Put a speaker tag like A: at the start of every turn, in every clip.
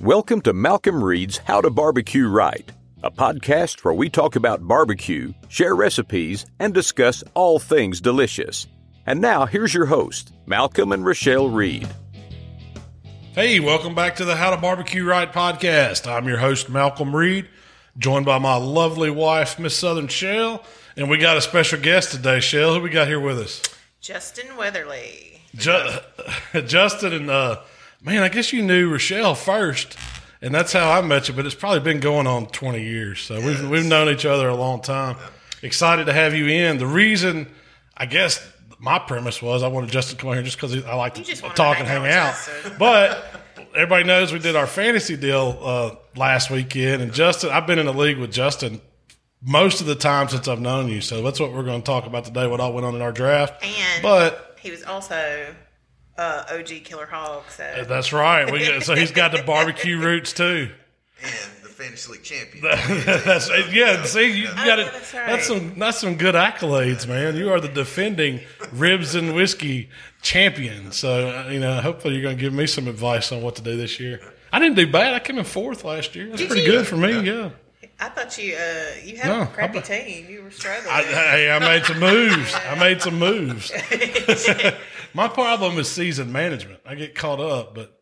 A: Welcome to Malcolm Reed's How to Barbecue Right, a podcast where we talk about barbecue, share recipes, and discuss all things delicious. And now here's your host, Malcolm and Rochelle Reed.
B: Hey, welcome back to the How to Barbecue Right podcast. I'm your host, Malcolm Reed, joined by my lovely wife, Miss Southern Shell. And we got a special guest today, Shell. Who we got here with us?
C: Justin Weatherly.
B: Ju- Justin and, uh, man, I guess you knew Rochelle first. And that's how I met you, but it's probably been going on 20 years. So we've, we've known each other a long time. Excited to have you in. The reason, I guess, my premise was I wanted Justin to come on here just because I like to
C: You just wanted to
B: talk and
C: hang out
B: hang
C: with
B: out.
C: Justin.
B: But everybody knows we did our fantasy deal uh, last weekend, and Justin, I've been in the league with Justin most of the time since I've known you. So that's what we're going to talk about today. What all went on in our draft,
C: And
B: but
C: he was also uh, OG Killer Hog, so
B: that's right. We got, so he's got the barbecue roots too.
D: and the fantasy league champion.
B: that's yeah. See, you got it.
C: Oh, that's
B: That's,
C: right.
B: some that's some good accolades, man. You are the defending ribs and whiskey champion. So uh, you know, hopefully, you're going to give me some advice on what to do this year. I didn't do bad. I came in fourth last year. That's
C: Did
B: pretty
C: you?
B: good for me. Yeah.
C: I thought you uh, you had
B: No,
C: a crappy
B: I-
C: team. You were struggling.
B: I, hey, I made some moves. I made some moves. My problem is season management. I get caught up, but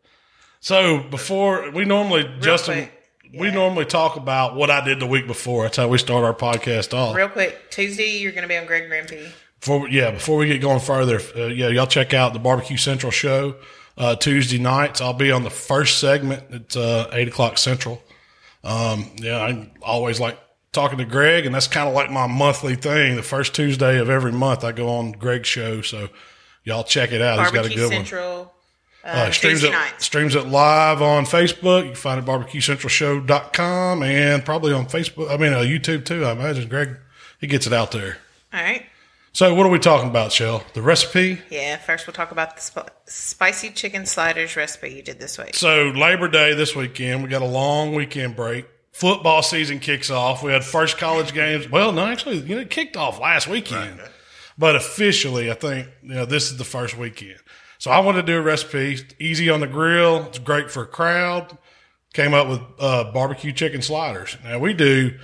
B: so before we normally Justin,
C: quick,
B: we
C: yeah.
B: normally talk about what I did the week before. That's how we start our podcast off.
C: Real quick, Tuesday you're going to be on Greg Grimpy.
B: Before, yeah, before we get going further, uh, yeah, y'all check out the Barbecue Central show uh, Tuesday nights. I'll be on the first segment at uh, eight o'clock Central. Um, yeah, I always like talking to Greg, and that's kind of like my monthly thing. The first Tuesday of every month, I go on Greg's show, so y'all check it out. He's got a
C: Barbecue
B: good
C: Central. Uh,
B: one. Uh, streams
C: Tuesday
B: it
C: nights.
B: streams it live on Facebook. You can find it barbecuecentralshow.com and probably on Facebook. I mean, uh, YouTube too. I imagine Greg he gets it out there.
C: All right.
B: So, what are we talking about, Shell? The recipe?
C: Yeah. First, we'll talk about the sp- spicy chicken sliders recipe you did this week.
B: So, Labor Day this weekend, we got a long weekend break. Football season kicks off. We had first college games. Well, no, actually, you know, it kicked off last weekend. But officially, I think, you know, this is the first weekend. So, I wanted to do a recipe easy on the grill. It's great for a crowd. Came up with uh, barbecue chicken sliders. Now, we do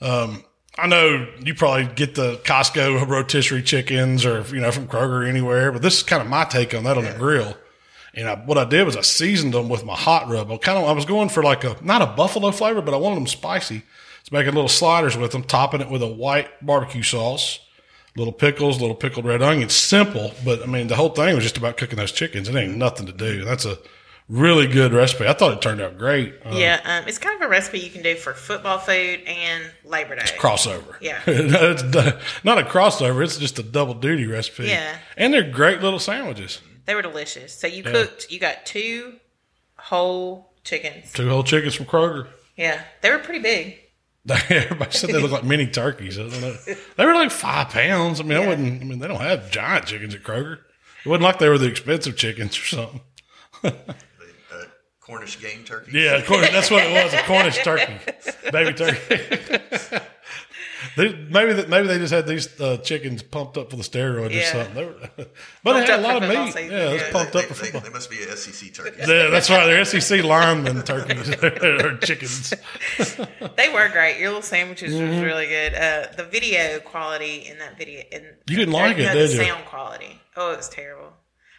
B: Um, I know you probably get the Costco rotisserie chickens or, you know, from Kroger or anywhere, but this is kind of my take on that on the grill. And I, what I did was I seasoned them with my hot rub. I kind of, I was going for like a, not a buffalo flavor, but I wanted them spicy. So making little sliders with them, topping it with a white barbecue sauce, little pickles, little pickled red onions. Simple, but I mean, the whole thing was just about cooking those chickens. It ain't nothing to do. That's a really good recipe. I thought it turned out great. Uh,
C: yeah, um, it's kind of a recipe you can do for football food and Labor Day.
B: crossover.
C: Yeah.
B: No, it's d- not a crossover. It's just a double duty recipe.
C: Yeah.
B: and they're great little sandwiches.
C: They were delicious. So you cooked. You got two whole chickens.
B: Two whole chickens from Kroger.
C: Yeah, they were pretty big.
B: Everybody said they look like mini turkeys. I don't know. They were like five pounds. I mean, I wouldn't. I mean, they don't have giant chickens at Kroger. It wasn't like they were the expensive chickens or something.
D: Uh, Cornish game turkey.
B: Yeah, of course. That's what it was—a Cornish turkey, baby turkey. they, maybe that maybe they just had these uh, chickens pumped up for the steroids or
C: Yeah.
B: something. They were, but they
C: Pumped
B: had
C: up
B: a
C: for
B: lot of
C: football
B: meat.
C: season,
B: yeah, it was
C: yeah.
B: pumped
D: They,
B: up for
D: they-
B: football.
D: they must be a SEC turkey.
B: Yeah, that's right. They're SEC linemen turkeys or chickens.
C: They were great. Your little sandwiches
B: Mm-hmm.
C: was really good. Uh, the video quality in that video, in
B: You didn't
C: or,
B: like it,
C: no,
B: did
C: the
B: you?
C: Sound quality. Oh, it was terrible.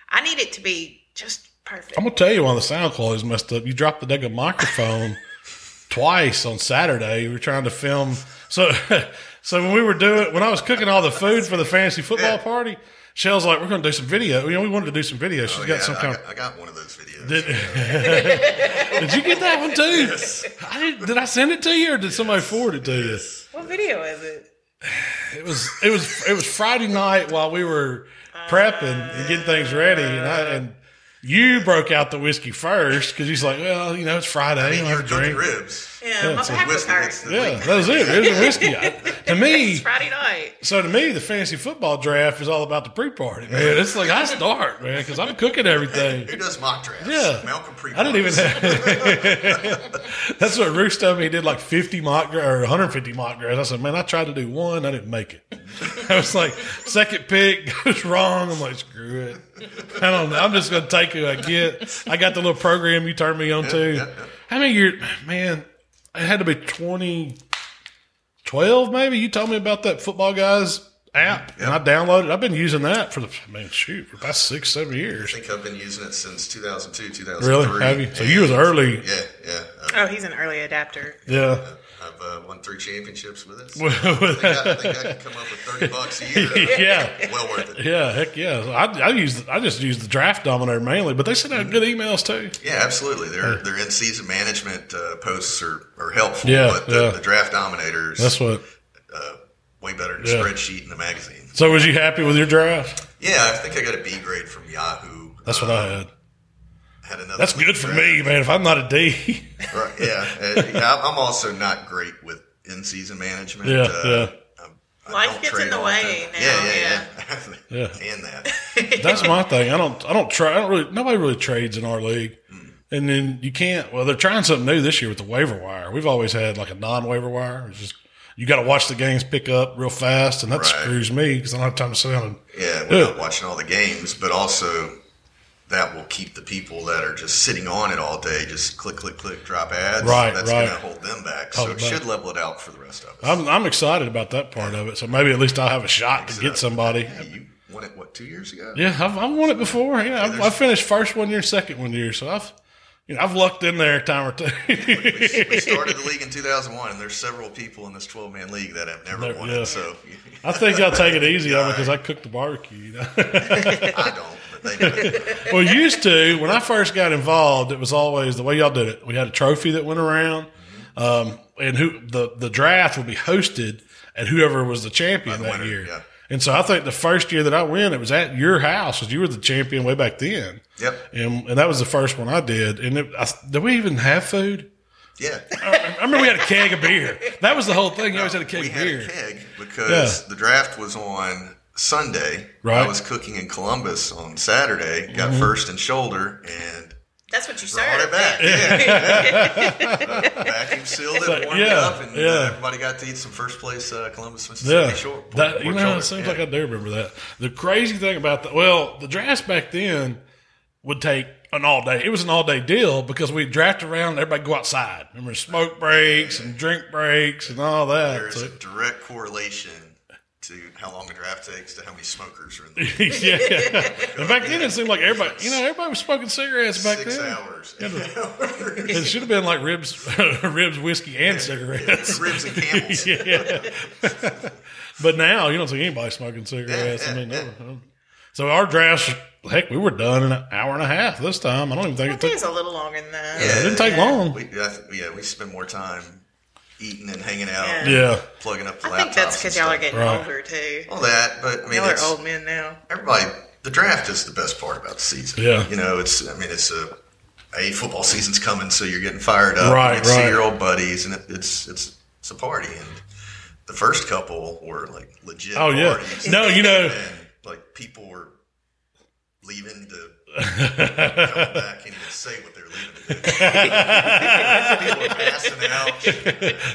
C: I need it to be just perfect.
B: I'm gonna tell you why the sound quality's messed up. You dropped the dang microphone twice on Saturday. We were trying to film. So, so when we were doing, when I was cooking all the food for the fantasy football party, Shell's like, "We're gonna do some video." You know, we wanted to do some video. She's got
D: Oh, Yeah,
B: some
D: I,
B: kind.
D: got, I got one of those videos.
B: Did- of, did you get that one too? I did, did I send it to you, or did somebody forward it to you?
C: what video is it?
B: It was it was it was Friday night while we were prepping and getting things ready, and I and you broke out the whiskey first because he's like, well, you know, it's Friday, I
D: I mean, you
B: have
D: were
B: a
D: cooking
B: drink.
D: ribs.
C: Yeah, my
B: it's a
C: back was
D: Whiskey, that's
C: hurt.
D: the
B: Yeah, that was it. It was a whiskey. I, to me,
C: It's Friday night.
B: so to me, the fantasy football draft is all about the pre-party, man. It's like I start, man, because I'm cooking everything.
D: Who does mock drafts?
B: Yeah.
D: Malcolm Pre.
B: I didn't even. That's what Roost told me. He did like 50 mock dra- or 150 mock drafts. I said, man, I tried to do one. I didn't make it. I was like, second pick goes wrong. I'm like, screw it. I don't know. I'm just going to take who I get. I got the little program you turned me on to. How many years, man? It had to be 2012, maybe. You told me about that football guys app, and I downloaded. it. I've been using that for the, I mean, shoot, for about six, seven years.
D: I think I've been using it since 2002, 2003.
B: Really? Have you? So you was early.
D: Yeah, yeah. I've,
C: Oh, he's an early adapter.
B: Yeah.
D: I've uh, won three championships with it. So I, think I, I think I can come up with 30 bucks a year.
B: Yeah.
D: Well worth it.
B: Yeah, heck yeah! So I, I use I just use the draft dominator mainly, but they send out good emails too.
D: Yeah, absolutely. Their their in season management uh, posts are, are helpful,
B: Yeah,
D: but the,
B: yeah.
D: the draft dominators
B: That's what.
D: uh, way better than
B: Yeah.
D: spreadsheet in the magazine.
B: So was you happy with your draft?
D: Yeah, I think I got a B grade from Yahoo. Uh,
B: That's what I had.
D: Had another
B: That's
D: league
B: good for
D: draft.
B: me, man. If I'm not a D,
D: Right. Yeah. Uh, yeah. I'm- I'm also not great with in season management.
B: yeah,
D: Uh, I
C: Life
D: don't
C: gets
D: trade
C: in the
D: all
C: way
D: the
C: now,
D: time. Yeah, yeah, yeah.
B: Yeah.
D: and that.
B: yeah. That's my thing. I don't I don't try. I don't really. Nobody really trades in our league. And then you can't. Well, they're trying something new this year with the waiver wire. We've always had like a non waiver wire. It's just you got to watch the games pick up real fast, and that
D: Right.
B: screws me because I don't have time to sit down. And,
D: Yeah, we're not
B: Yeah.
D: watching all the games, but also that will keep the people that are just sitting on it all day, just click, click, click, drop ads.
B: Right,
D: That's
B: right.
D: going to hold them back.
B: Hold
D: so
B: it
D: it
B: back.
D: should level it out for the rest of us.
B: I'm I'm excited about that part of it. So maybe at least I'll have a shot to get somebody.
D: Yeah, you won it, what, two years ago?
B: Yeah, I've, I've won it before. Yeah, I've, I finished first one year, second one year. So I've, you know, I've lucked in there a time or two.
D: We, we started the league in 2001, and there's several people in this 12 man league that have never won
B: yeah.
D: it. So
B: I think I'll take it easy on it because I cook the barbecue. You know?
D: I don't, but they do.
B: well, used to when I first got involved, it was always the way y'all did it. We had a trophy that went around, um, and who the the draft would be hosted, and whoever was the champion that
D: winner,
B: year.
D: yeah.
B: And so I think the first year that I went, it was at your house because you were the champion way back then.
D: Yep.
B: And, and that was the first one I did. And it, I, did we even have food?
D: Yeah.
B: I remember we had a keg of beer. That was the whole thing. You always had a keg
D: we
B: of
D: had
B: beer.
D: a keg because the draft was on Sunday.
B: Right. Mm-hmm.
D: I was cooking in Columbus on Saturday. Got first and shoulder and
C: That's what you
D: brought
C: serve.
D: it back. Yeah. Uh, vacuum sealed it, warmed it
B: yeah,
D: up, and
B: yeah.
D: uh, everybody got to eat some first place uh, Columbus Mississippi
B: Yeah,
D: short.
B: that,
D: pork
B: you know,
D: shoulder.
B: it seems
D: Yeah.
B: like I do remember that. The crazy thing about that, well, the drafts back then would take an all day. It was an all day deal because we draft around. and Everybody go outside. Remember smoke breaks and drink breaks and all that.
D: there's
B: So,
D: a direct correlation to how long a draft takes to how many smokers are in the room.
B: yeah, and back then it seemed like everybody, you know, everybody was smoking cigarettes back
D: six
B: then.
D: hours. Eight hours.
B: It should have been like ribs, ribs, whiskey, and cigarettes.
D: Ribs and camels.
B: yeah. but now you don't see anybody smoking cigarettes. I mean, no. so our drafts, heck, we were done in an hour and a half this time. I don't even think
C: I
B: it
C: think
B: took.
C: it's a little longer than that.
B: It didn't take long.
D: We, I th- yeah, we spend more time eating and hanging
C: Yeah.
D: out,
B: Yeah,
D: plugging up the
C: I think that's
D: laptops
C: because
D: and
C: y'all are
D: stuff.
C: getting
B: Right.
C: older too.
D: all that. But I mean,
C: Y'all are
D: it's,
C: old men now.
D: everybody. The draft is the best part about the season.
B: Yeah.
D: you know, it's. I mean, it's a. A football season's coming, so you're getting fired up.
B: Right,
D: you get to
B: right.
D: See your old buddies, and it, it's it's it's a party. And the first couple were like legit.
B: Oh, yeah.
D: parties.
B: No, you know-
D: and, like people were leaving to come back and even say what they're leaving to do. people were passing out.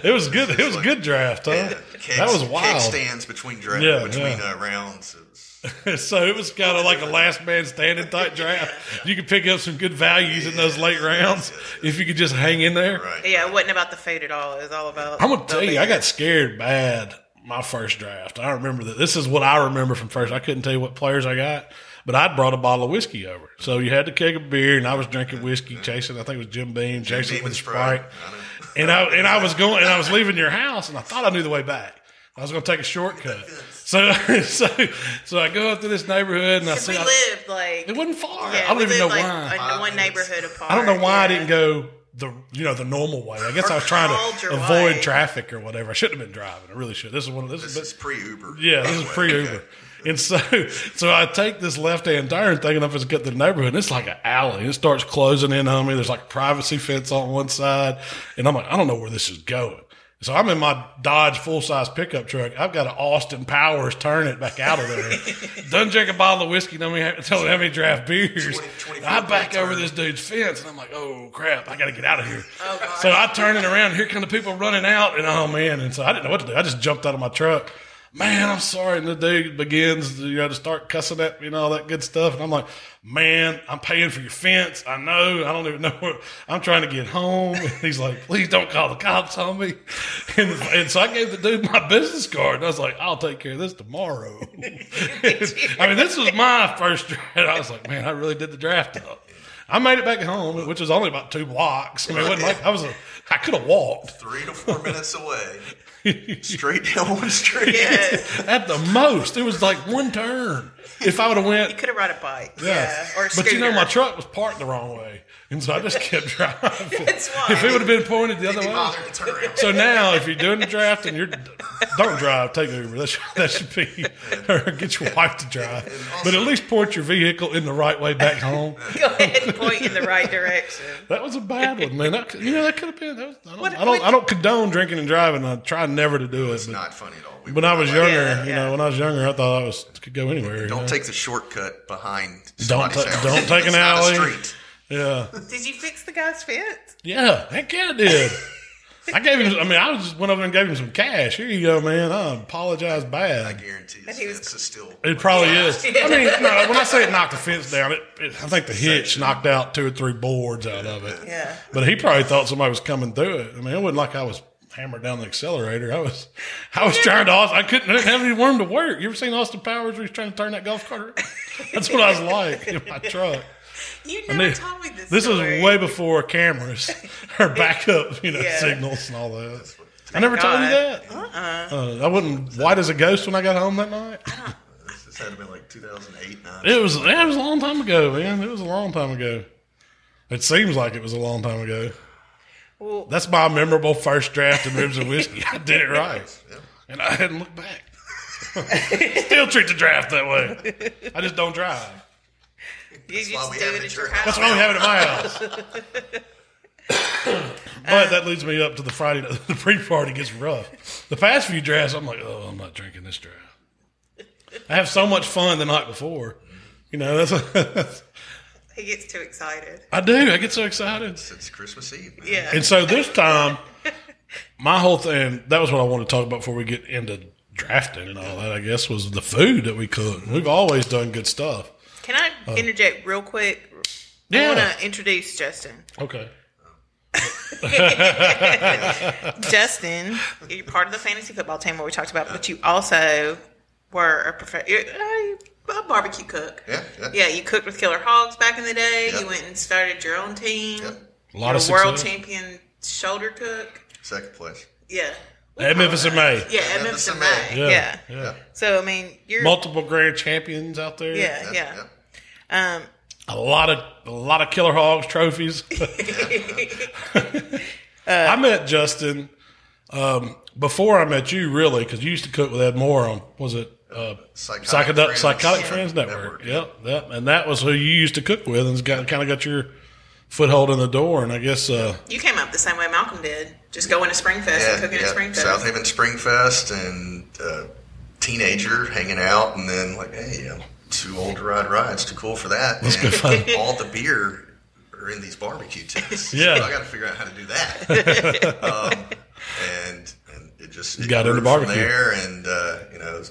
B: it was good. It was a good draft. Huh?
D: Yeah, cakes-
B: that was
D: Cake
B: wild.
D: stands between dra-
B: Yeah,
D: between
B: yeah.
D: Uh, rounds. It was-
B: so it was kind of like a last man standing type draft. You could pick up some good values in those late rounds if you could just hang in there.
D: right.
C: Yeah, it wasn't about the food at all. It was all about.
B: I'm gonna
C: the
B: tell you, I
C: beer.
B: got scared bad my first draft. I remember that. This is what I remember from first. I couldn't tell you what players I got, but I'd brought a bottle of whiskey over. So you had the keg of beer, and I was drinking whiskey,
C: Mm-hmm.
B: chasing. I think it was Jim Beam, chasing it
D: Demon
B: with
D: Sprite.
B: Sprite.
D: I know.
B: And I and I was going, and I was leaving your house, and I thought I knew the way back. I was going to take a shortcut. So so so I go up to this neighborhood, and I
C: 'Cause
B: see
C: we
B: I-
C: lived like.
B: it wasn't far.
C: yeah,
B: I don't
C: we
B: even know
C: lived, like,
B: why.
C: in one neighborhood apart.
B: I don't know why I
C: yeah.
B: didn't go the you know the normal way. I guess I was trying
C: called
B: to
C: your
B: avoid
C: way.
B: traffic or whatever. I shouldn't have been driving. I really should. This is one of this,
D: This
B: is
D: is pre Uber.
B: yeah, this is pre Uber. And so, so I take this left hand turn, thinking I'm going to get to the neighborhood. And it's like an alley. and It starts closing in on me. There's like a privacy fence on one side, and I'm like, I don't know where this is going. So I'm in my Dodge full size pickup truck. I've got an Austin Powers turn it back out of there. Done drink a bottle of whiskey. Don't me tell me how many draft beers.
D: 20 24
B: I back
D: turn.
B: over this dude's fence, and I'm like, oh crap, I got to get out of here.
C: Oh, God.
B: so I turn it around. Here come the people running out, and oh man! And so I didn't know what to do. I just jumped out of my truck. man, I'm sorry. And the dude begins you know, to start cussing at me and all that good stuff. And I'm like, man, I'm paying for your fence. I know. I don't even know where I'm trying to get home. And he's like, please don't call the cops on me. And, and so I gave the dude my business card. And I was like, I'll take care of this tomorrow. I mean, this was my first draft. I was like, man, I really did the draft up. I made it back home, which was only about two blocks. I mean, it wasn't like I was a, I could have walked
D: Three to four minutes away. Straight down one street.
C: Yes.
B: at the most. It was like one turn. If I would have went
C: You could have rode a bike. Yeah.
B: Yeah.
C: Or a scooter.
B: but you know, my truck was parked the wrong way. And so I just kept driving.
C: That's why.
B: if it would have been pointed the other
D: Didn't
B: way.
D: bother to turn around.
B: So now, if you're doing the draft and you're, don't drive, take Uber. That should, that should be, or get your wife to drive. but at least point your vehicle in the right way back home.
C: Go ahead and point in the right direction.
B: That was a bad one, man. That, could- you know, that could have been. That was, I, don't,
C: What-
B: I, don't,
C: what-
B: I don't condone drinking and driving. I try never to do it.
D: It's
B: But
D: not funny at all. We
B: when I was younger,
C: Yeah,
B: you
C: yeah.
B: know, when I was younger, I thought I was could go anywhere. you know?
D: Don't take the shortcut behind.
B: Don't
D: somebody's
B: ta-
D: house.
B: don't take
D: It's
B: an
D: not a
B: alley.
D: street.
B: yeah.
C: Did you fix the guy's fence?
B: Yeah, that cat did. I gave him. I mean, I just went over and gave him some cash. Here you go, man. I apologize
D: I
B: bad.
D: guarantee his
C: he was-
D: fence is still.
B: It probably is. I mean, no, when I say it knocked the fence down, it, it, I think the hitch knocked out two or three boards out of it.
C: Yeah.
B: But he probably thought somebody was coming through it. I mean, it wasn't like I was hammered down the accelerator. I was, I was trying to. I couldn't I didn't have any room to work. You ever seen Austin Powers where he's trying to turn that golf cart? around? That's what I was like in my truck.
C: You
B: And
C: never
B: they-
C: told me this.
B: This was
C: story.
B: way before cameras or backup, you know,
C: Yeah.
B: signals and all that. I never told you
C: God. Uh-uh.
B: that. Uh, I wasn't white as a ghost when I got home that night.
D: This had to been like 2008, 9.
B: It was it was a long time ago, man. It was a long time ago. It seems like it was a long time ago.
C: Well-
B: That's my memorable first draft in ribs and whiskey. I did it right, and I hadn't looked back. Still treat the draft that way. I just don't drive.
C: You just
D: why we
C: do
D: have
C: it
D: the
C: at your
D: church.
C: house.
B: That's why we have it at my house. but that leads me up to the Friday. The pre-party gets rough. The past few drafts, I'm like, oh, I'm not drinking this draft. I have so much fun the night before. You know, that's
C: He gets too excited.
B: I do. I get so excited.
D: It's Christmas Eve. man.
C: Yeah.
B: And so this time, my whole thing, that was what I wanted to talk about before we get into drafting and all that, I guess, was the food that we cooked. We've always done good stuff.
C: Can I interject real quick? I want
B: Oh. Yeah.
C: to introduce Justin.
B: Okay.
C: Justin, you're part of the fantasy football team where we talked about, but you also were a, prof- you're a a barbecue cook.
D: Yeah. Yeah.
C: Yeah, you cooked with Killer Hogs back in the day.
D: Yep.
C: You went and started your own team.
D: Yep.
B: A
C: You're
B: lot
C: a
B: of
C: world
B: success.
C: champion shoulder cook.
D: Second place.
C: Yeah.
B: At Memphis in May.
C: Yeah, at
D: Yeah,
C: Memphis in
D: that's amazing.
C: May. Yeah.
B: yeah.
C: So, I mean, you're.
B: multiple grand champions out there.
C: yeah, yeah.
D: Yeah.
C: Um,
B: a lot of a lot of killer hogs trophies. I met Justin um, before I met you, really, because you used to cook with Ed Moore on was it uh,
D: Psychotic
B: Psychedel-
D: Friends.
B: Psychotic
D: Yeah.
B: Friends Network?
D: Network.
B: Yep, yep, and that was who you used to cook with, and it's got kind of got your foothold in the door. And I guess uh,
C: you came up the same way Malcolm did, just going to Springfest and cooking at Springfest.
D: South Haven Springfest and uh, teenager hanging out, and then like, hey, I'm too old to ride rides, too cool for that. Let's
B: go find-
D: all the beer are in these barbecue tents.
B: Yeah.
D: so I got to figure out how to do that. um, and and it just it
B: Got into
D: grew from
B: barbecue.
D: there, and uh, you know.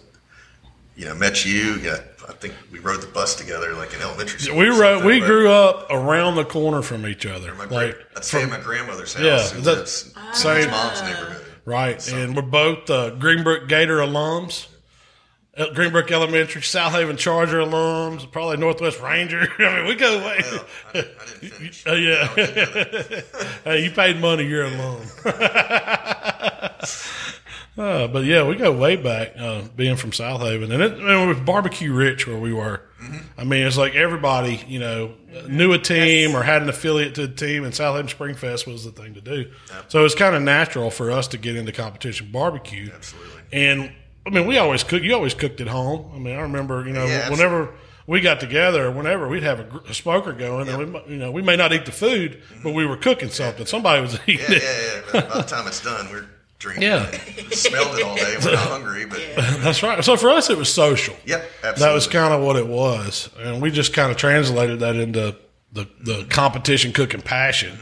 D: You know, met you. Yeah, I think we rode the bus together, like in elementary school.
B: we
D: or
B: wrote,
D: something,
B: we
D: but
B: grew up around the corner from each other,
D: My
B: like
D: great, I'd stay at my grandmother's house.
B: Yeah,
D: who
B: that-
D: lives in his
B: same-
D: mom's neighborhood.
B: Right, and we're both uh, Greenbrook Gator alums, uh, Greenbrook Elementary, South Haven Charger alums, probably Northwest Ranger. I mean, we go way.
D: Well, I, I didn't finish.
B: Uh, yeah, hey, you paid money, you're a alum. Uh, but yeah, we go way back, uh, being from South Haven, and it, and it was barbecue rich where we were. I mean, it's like everybody, you know, knew a team or had an affiliate to a team, and South Haven Springfest was the thing to do. So it's kind of natural for us to get into competition barbecue.
D: Absolutely.
B: And I mean, we always cook. You always cooked at home. I mean, I remember, you know,
D: Yeah,
B: whenever we got together, whenever we'd have a, gr- a smoker going, and we, mi- you know, we may not eat the food, but we were cooking something. Somebody was eating
D: Yeah,
B: it.
D: yeah, yeah. By the time it's done, we're drinking.
B: Yeah.
D: it. We smelled it all day. We're not hungry, but yeah,
B: That's right. So for us, it was social.
D: absolutely.
B: That was kind of what it was, and we just kind of translated that into the the competition cooking passion.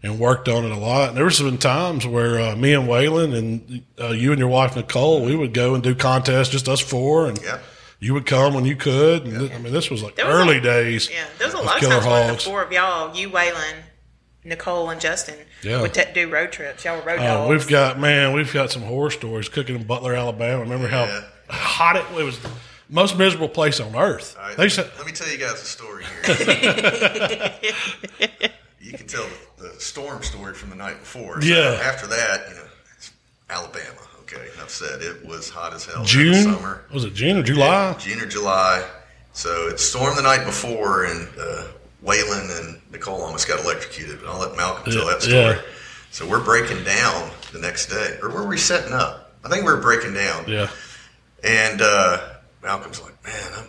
B: and worked on it a lot. And there was been times where uh, me and Waylon and uh, you and your wife Nicole, we would go and do contests, just us four, and
D: Yeah.
B: you would come when you could. And th- I mean, this was like
C: There was
B: early
C: a-
B: days.
C: Yeah, there was a
B: of
C: lot of
B: Killer
C: times when the
B: Hogs.
C: four of y'all, you, Waylon, Nicole, and Justin,
B: Yeah.
C: would t- do road trips. Y'all were road
B: Uh,
C: dogs.
B: we've got man, we've got some horror stories cooking in Butler, Alabama. Remember how
D: Yeah.
B: hot it, it was? The most miserable place on earth.
D: All right,
B: They said,
D: let me tell you guys a story here. you can tell the storm story from the night before. So
B: Yeah.
D: After that, you know, it's Alabama. Okay, enough said. It was hot as hell. that
B: June
D: summer.
B: was it June or July?
D: June or July. So it stormed the night before, and uh, Waylon and Nicole almost got electrocuted. But I'll let Malcolm tell that story.
B: Yeah.
D: So we're breaking down the next day, or were we setting up? I think we were breaking down.
B: Yeah,
D: And uh, Malcolm's like, man, I'm,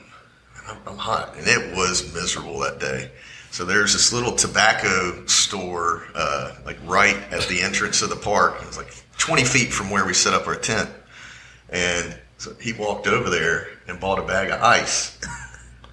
D: I'm, I'm hot. And it was miserable that day. So there's this little tobacco store, uh, like right at the entrance of the park. It was like 20 feet from where we set up our tent. And so he walked over there and bought a bag of ice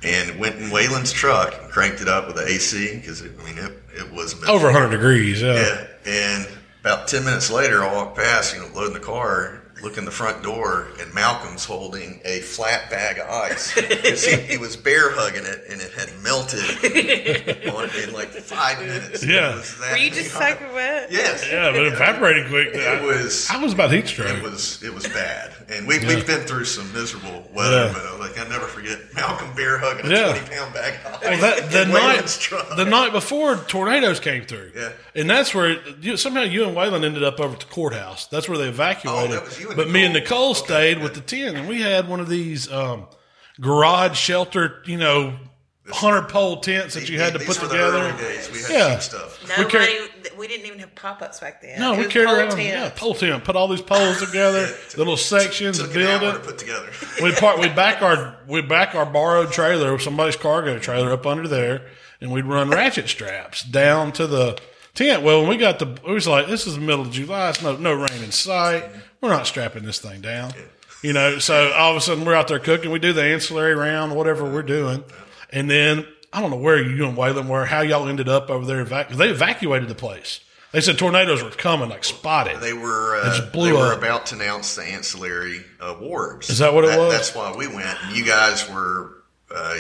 D: and went in Waylon's truck and cranked it up with the AC because, I mean, it, it was miserable.
B: over 100 degrees. Yeah.
D: Yeah, and about ten minutes later, I walk past, you know, loading the car, look in the front door, and Malcolm's holding a flat bag of ice. 'Cause he, he was bear hugging it, and it had melted on, in like five minutes. It
B: Yeah.
D: was that
C: were you just
D: hot.
C: soaking wet?
D: Yes.
B: Yeah, but evaporating quick.
D: It was.
B: I was about heat
D: It
B: stroke.
D: was it was bad, and we we've been through some miserable
B: Yeah.
D: weather. But uh, like I never forget Malcolm bear hugging a
B: Yeah.
D: twenty pound bag of ice.
B: Well, that, the
D: in
B: night
D: Waylon's truck.
B: the night before tornadoes came through.
D: Yeah.
B: and that's where it, you, somehow you and Waylon ended up over at the courthouse. That's where they evacuated.
D: Oh, that was you and
B: but me and
D: Nicole.
B: Nicole stayed with the tent, and we had one of these um, garage shelter, you know, hundred pole tents that you had to
D: These
B: put
D: were the
B: together.
D: early days. We had
B: Yeah.
D: cheap stuff.
B: We
C: Nobody,
B: carry-
C: th- we didn't even have pop ups back then.
B: No,
C: It
B: we
C: was
B: carried
C: pole
B: around
C: tent.
B: yeah pole tent, put all these poles together, little sections,
D: Took
B: and
D: an
B: build
D: hour
B: it.
D: to put together.
B: we park we back our we back our borrowed trailer, somebody's cargo trailer up under there, and we'd run ratchet straps down to the tent. Well, when we got the it was like this is the middle of July, it's no no rain in sight. We're not strapping this thing down. You know, so all of a sudden we're out there cooking, we do the ancillary round, whatever we're doing. And then I don't know where you and Waylon were, how y'all ended up over there evac- they evacuated the place. They said tornadoes were coming, like spotted.
D: They were
B: It
D: uh,
B: just blew
D: they were
B: up.
D: about to announce the ancillary awards.
B: Is that what it was?
D: That's why we went. And you guys were uh,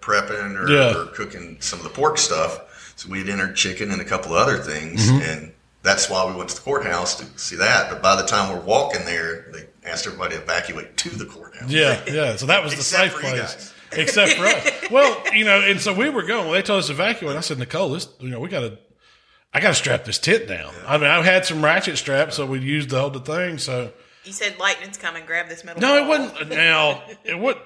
D: prepping or,
B: Yeah.
D: or cooking some of the pork stuff, so we had entered chicken and a couple of other things,
B: Mm-hmm.
D: and that's why we went to the courthouse to see that. But by the time we're walking there, they asked everybody to evacuate to the courthouse.
B: Yeah, yeah. So that was the
D: Except
B: safe
D: for you
B: place.
D: guys.
B: Except for us. Well, you know, and so we were going. They told us to evacuate. I said, Nicole, this, you know, we got to, I got to strap this tent down. I mean, I had some ratchet straps, so we used the whole the thing. So
C: You said lightning's coming, grab this metal.
B: no, it
C: ball.
B: wasn't. Uh, Now it would.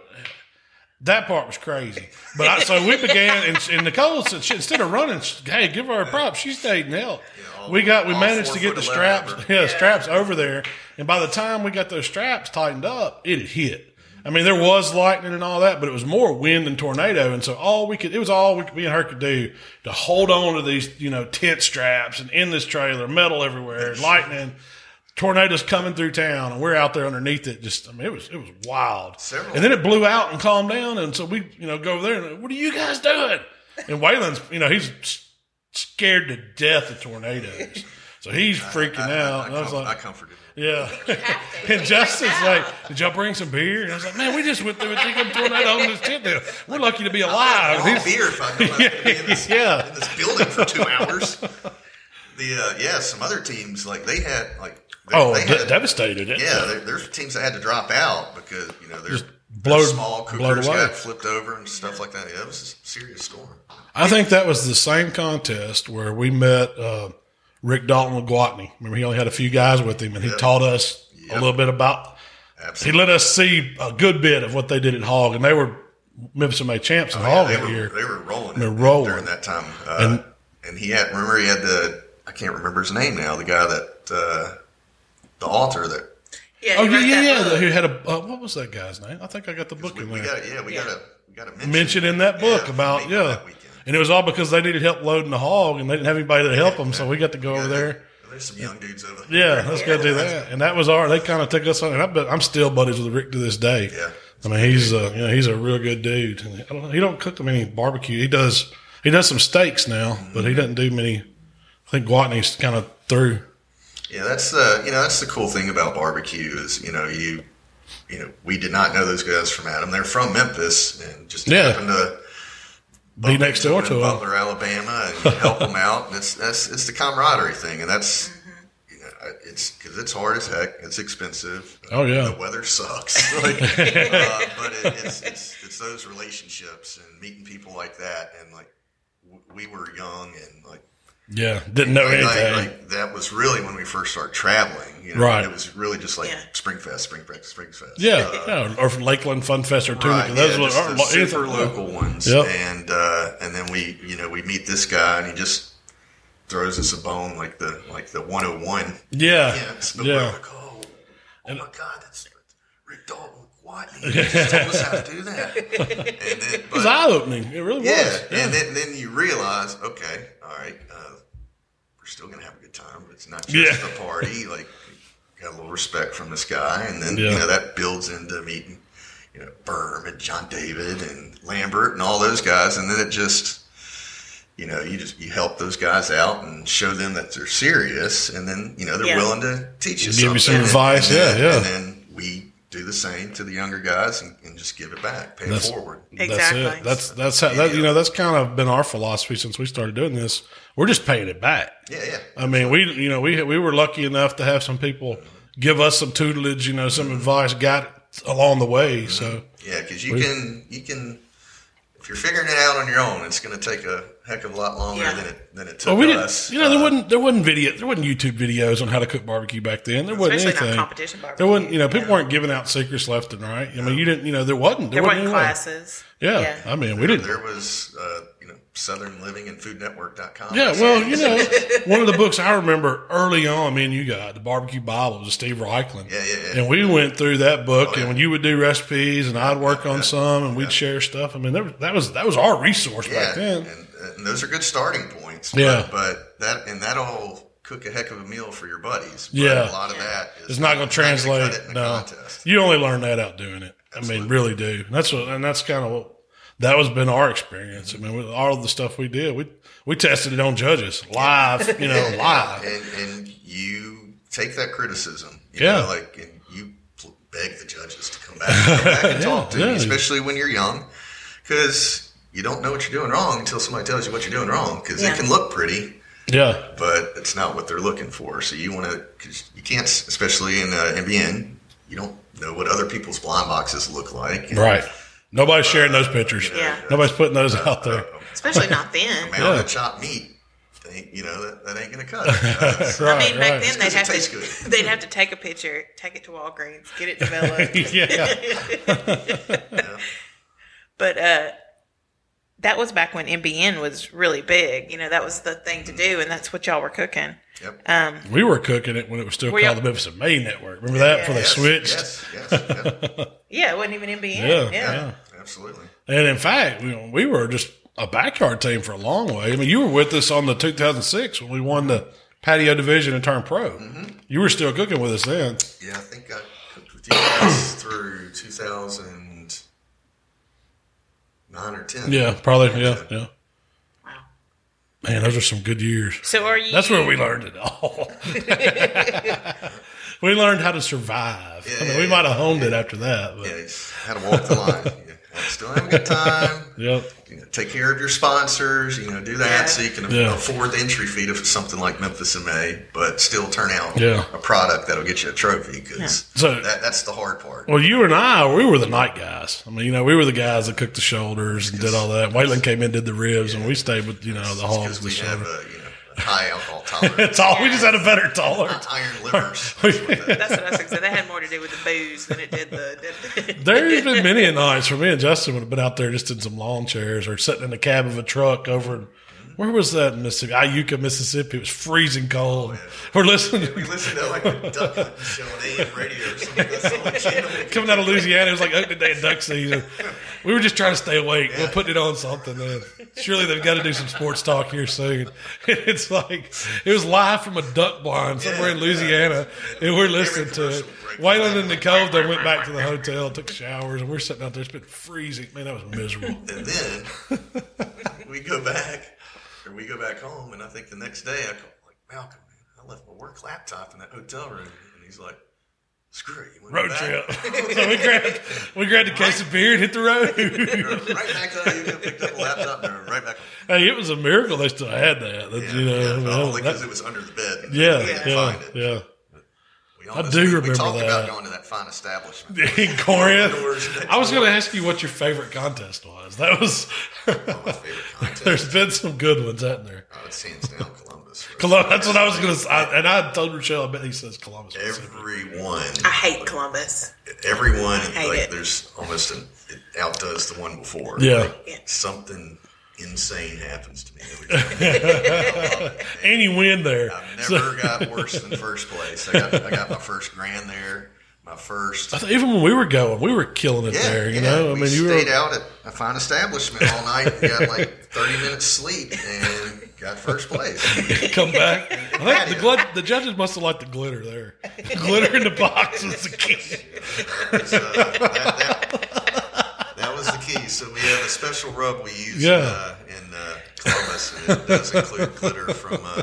B: That part was crazy. But I, so we began, and, and Nicole said, she, instead of running, she- hey, give her a prop. She stayed and helped.
D: all-
B: we got, we
D: all
B: managed
D: four
B: to get the
D: foot eleven
B: straps,
D: of her.
B: yeah, straps over there. And by the time we got those straps tightened up, it had hit. I mean, there was lightning and all that, but it was more wind and tornado. And so all we could, it was all we, could- me and her could do to hold on to these, you know, tent straps and in this trailer, metal everywhere, lightning, tornadoes coming through town. And we're out there underneath it. Just, I mean, it was, it was wild.
D: Several.
B: And then it blew out and calmed down. And so we, you know, go over there and what are you guys doing? And Waylon's, you know, he's s- scared to death of tornadoes. So he's freaking
D: I,
B: out.
D: I,
B: and I was
D: com-
B: like,
D: I comforted. them.
B: yeah.
C: have to.
B: and Justin's like, did y'all bring some beer? And I was like, man, we just went through a chicken tornado on this tent there. We're lucky to be alive. And
D: I'll be
B: he's-
D: here if I know I'm gonna be in this,
B: Yeah.
D: in this building for two hours. The uh, yeah, some other teams like they had like they,
B: oh,
D: they
B: de-
D: had-
B: devastated. It.
D: Yeah, there, there's teams that had to drop out because you know their,
B: blowed-
D: their small
B: blowed
D: cougars
B: away.
D: got flipped over and stuff like that. Yeah, it was a serious storm.
B: I think that was the same contest where we met uh, Rick Dalton with Guatney. Remember, he only had a few guys with him, and he taught us a little bit about. He
D: Absolutely,
B: let us see a good bit of what they did at Hog, and they were Memphis May champs at Hog
D: Oh, they
B: that
D: were
B: year.
D: they were rolling.
B: They're
D: it
B: rolling.
D: during that time. Uh, and, he had remember he had the I can't remember his name now. The guy that uh, the author that
C: Yeah,
B: Oh
C: he
B: yeah,
C: wrote
B: yeah,
C: that
B: yeah.
C: book.
B: Who had a uh, what was that guy's name? I think I got the book
D: we,
B: in
D: we
B: there.
D: got yeah we got to we got to mention
B: mentioned in that book
D: yeah,
B: about
D: maybe
B: yeah,
D: that weekend.
B: and it was all because they needed help loading the hog and they didn't have anybody to help them, so we got to go over there.
D: There's some young dudes over there.
B: Yeah, let's go do that. And that was our. They kind of took us on. And I bet I'm still buddies with Rick to this day.
D: Yeah.
B: I mean he's a you know, he's a real good dude. And I don't, he don't cook them any barbecue. He does he does some steaks now, but he doesn't do many I think Guatney's kind of through.
D: Yeah, that's the you know that's the cool thing about barbecue is you know you you know we did not know those guys from Adam. They're from Memphis and just
B: Yeah.
D: happened to
B: Be next door
D: in
B: to him.
D: Butler, Alabama, and you help them out. And it's that's it's the camaraderie thing, and that's you know I- it's because it's hard as heck. It's expensive.
B: Oh, yeah.
D: the weather sucks. like, uh, but it, it's, it's it's those relationships and meeting people like that, and like w- we were young and like
B: Yeah, didn't know
D: like,
B: anything.
D: like, like, that was really when we first started traveling. You know,
B: Right.
D: It was really just like
C: Yeah.
D: Springfest, Springfest, Springfest.
B: yeah,
D: Uh,
B: yeah, or Lakeland Fun Fest or Tunica.
D: Right,
B: Those
D: yeah,
B: were
D: just
B: aren't
D: the
B: lo- anything-
D: super local ones,
B: Yep.
D: and uh, and then we, you know, we meet this guy, and he just throws us a bone like the like the 101.
B: Yeah,
D: Yeah, it's the- we're
B: yeah.
D: like, oh, oh my God, that's Rick Dalton. What? He just told us how to do that. And then,
B: It was
D: but-
B: eye opening. It really
D: yeah,
B: was.
D: and then, then you realize, okay, all right, uh, we're still gonna have a good time, but it's not just
B: Yeah.
D: the party. Like, got a little respect from this guy, and then
B: Yeah.
D: you know that builds into meeting, you know, Berm and John David and Lambert and all those guys, and then it just, you know, you just you help those guys out and show them that they're serious, and then you know they're
C: Yeah.
D: willing to teach you,
B: Give you some
D: something, and-
B: advice,
D: and then-
B: yeah, yeah.
D: and then we. Do the same to the younger guys and, and just give it back, pay it
B: That's-
D: forward.
B: That's it.
C: Exactly.
B: That's that's how that you know that's kind of been our philosophy since we started doing this. We're just paying it back.
D: Yeah, yeah.
B: I mean, we you know we we were lucky enough to have some people give us some tutelage, you know, some advice, got along the way. So
D: Yeah, because you can you can if you're figuring it out on your own, it's going to take a heck of a lot longer
C: Yeah.
D: than it than it took
B: Well, we didn't,
D: us.
B: you know, there
D: Uh,
B: wasn't there wasn't video, there wasn't YouTube videos on how to cook barbecue back then. There wasn't
C: Especially not
B: anything.
C: competition barbecue.
B: There wasn't, you know, people weren't giving out secrets left and right. I mean, you didn't, you know, there wasn't.
C: There weren't
B: any way.
C: classes.
B: Yeah, I mean, we didn't.
D: there was uh, you know Southern Living and FoodNetwork.com.
B: Yeah, well, you know, one of the books I remember early on, me and you got the Barbecue Bible was Steve Reichland.
D: Yeah, yeah, yeah.
B: And we went through that book,
D: yeah.
B: and when you would do recipes, and I'd work on some, and we'd share stuff. I mean, there, was- that was that was our resource
D: yeah,
B: back then.
D: and, and those are good starting points.
B: Yeah.
D: but, but that and that'll cook a heck of a meal for your buddies. But
B: Yeah.
D: a lot of that is
B: It's not going to
D: gonna cut
B: translate.
D: it in a
B: No,
D: contest.
B: you only learn that out doing it. I mean, really do. And that's what, and that's kind of what that was been our experience. I mean, with all of the stuff we did, we we tested it on judges live, you know, live.
D: and and you take that criticism. You
B: Yeah.
D: know, like and you pl- beg the judges to come back, come back and talk to
B: yeah.
D: you, especially when you're young, because you don't know what you're doing wrong until somebody tells you what you're doing wrong. Because
C: Yeah.
D: it can look pretty,
B: Yeah,
D: but it's not what they're looking for. So you want to, because you can't, s- especially in uh, NBN, you don't know what other people's blind boxes look like. And,
B: right. Nobody's sharing those pictures.
C: Yeah.
B: Nobody's putting those out there.
C: Especially not then.
D: Man,
B: Yeah.
D: the chopped meat, they, you know that, that ain't gonna cut. it. Uh,
B: Right,
C: I mean, back
B: right.
C: then they'd
D: 'cause it
C: have
D: tastes
C: to
D: good.
C: they'd have to take a picture, take it to Walgreens, get it developed.
B: yeah,
C: but uh, that was back when MBN was really big. You know, that was the thing to do, and that's what y'all were cooking.
D: yep.
B: we were cooking it when it was still
C: Were y'all-
B: called the Memphis and May Network. Remember that before they
D: Yes,
B: switched?
D: Yes, yes, yep,
C: Yeah, it wasn't even MBN.
B: Yeah,
C: Yeah,
B: yeah.
D: absolutely.
B: And in fact, we, we were just a backyard team for a long way. I mean, you were with us on the 2006 when we won the patio division and turned pro.
C: Mm-hmm.
B: You were still cooking with us then.
D: Yeah, I think I cooked with you guys through 2009 or 10.
B: Yeah, probably. Yeah, yeah.
C: Wow.
B: Man, those are some good years.
C: So are you?
B: That's where we learned it all. we learned how to survive. I mean, we might have honed it after that. But,
D: Yeah, you had to walk the line. You know, still have a good time.
B: Yep.
D: You know, take care of your sponsors. You know, do that so you can
B: Yeah.
D: afford the entry fee to something like Memphis in May, but still turn out
B: Yeah.
D: a product that'll get you a trophy because
B: So-
D: that, that's the hard part.
B: Well, you and I, we were the night guys. I mean, you know, we were the guys that cooked the shoulders and did all that. Waylon came in, did the ribs, and we stayed with you know the hogs.
D: Because
B: and the
D: we have
B: shoulder.
D: a you know a high alcohol tolerance,
B: Oh, It's all we just had a better tolerance.
D: iron livers. That's what that-
C: That's what I was going to say. That had more to do with the booze than it did the.
B: There's been many a nights where me and Justin would have been out there just in some lawn chairs or sitting in the cab of a truck over in, where was that in Mississippi? Iuka, Mississippi. It was freezing cold. We're listening
D: We listen to like the duck hunting show on AM radio or something. That's the only channel we can-
B: coming out of Louisiana. It was like opening day and duck season. We were just trying to stay awake. We're putting it on something. Man. Surely they've got to do some sports talk here soon. It's like it was live from a duck blind somewhere in Louisiana, and we're listening to it. Waylon and Nicole then went back to the hotel, took showers, and we're sitting out there. It's been freezing. Man, that was miserable.
D: And then we go back, or we go back home, and I think the next day I go, Malcolm, man, I left my work laptop in that hotel room. And he's like, screw it. You wanna go
B: Road
D: back?
B: trip. so we grabbed we grabbed a case of beer and hit the road.
D: right back to that. You know, picked up a laptop and drove right back.
B: hey, it was a miracle they still had that. That's,
D: Yeah,
B: you know, I mean,
D: yeah, only
B: that-
D: because it was under the bed.
B: yeah,
D: They didn't
B: yeah,
D: find it.
B: yeah.
D: We almost-
B: do
D: we-
B: remember
D: We talked
B: that.
D: about going to that fine establishment.
B: In Corinth,
D: Doors that
B: I was going to
D: door.
B: ask you what your favorite contest was. That was
D: One of my favorite contests.
B: there's been some good ones, hasn't there?
D: I would say it's down Columbus.
B: Columbus. That's what I was going to say. I- And I told Rochelle, I bet he says Columbus. specifically.
D: Everyone,
C: I hate Columbus.
D: everyone,
C: Hate
D: like
C: it.
D: there's almost an it outdoes the one before.
B: Yeah.
C: Yeah.
D: something insane happens to me. Every time.
B: And he win there.
D: I've
B: So,
D: never got worse than first place. I got, I got my first grand there. My first.
B: I thought even when we were going, we were killing it there. You know, I
D: we
B: mean, you
D: stayed
B: were.
D: out at a fine establishment all night. and got like 30 minutes sleep and got first place.
B: come back. I think the, gl- the judges must have liked the glitter there. The glitter in the box was the key.
D: That was, uh, that, that- that was the key. So we have a special rub we use
B: Yeah.
D: uh, in uh, Columbus, and it does include glitter from uh,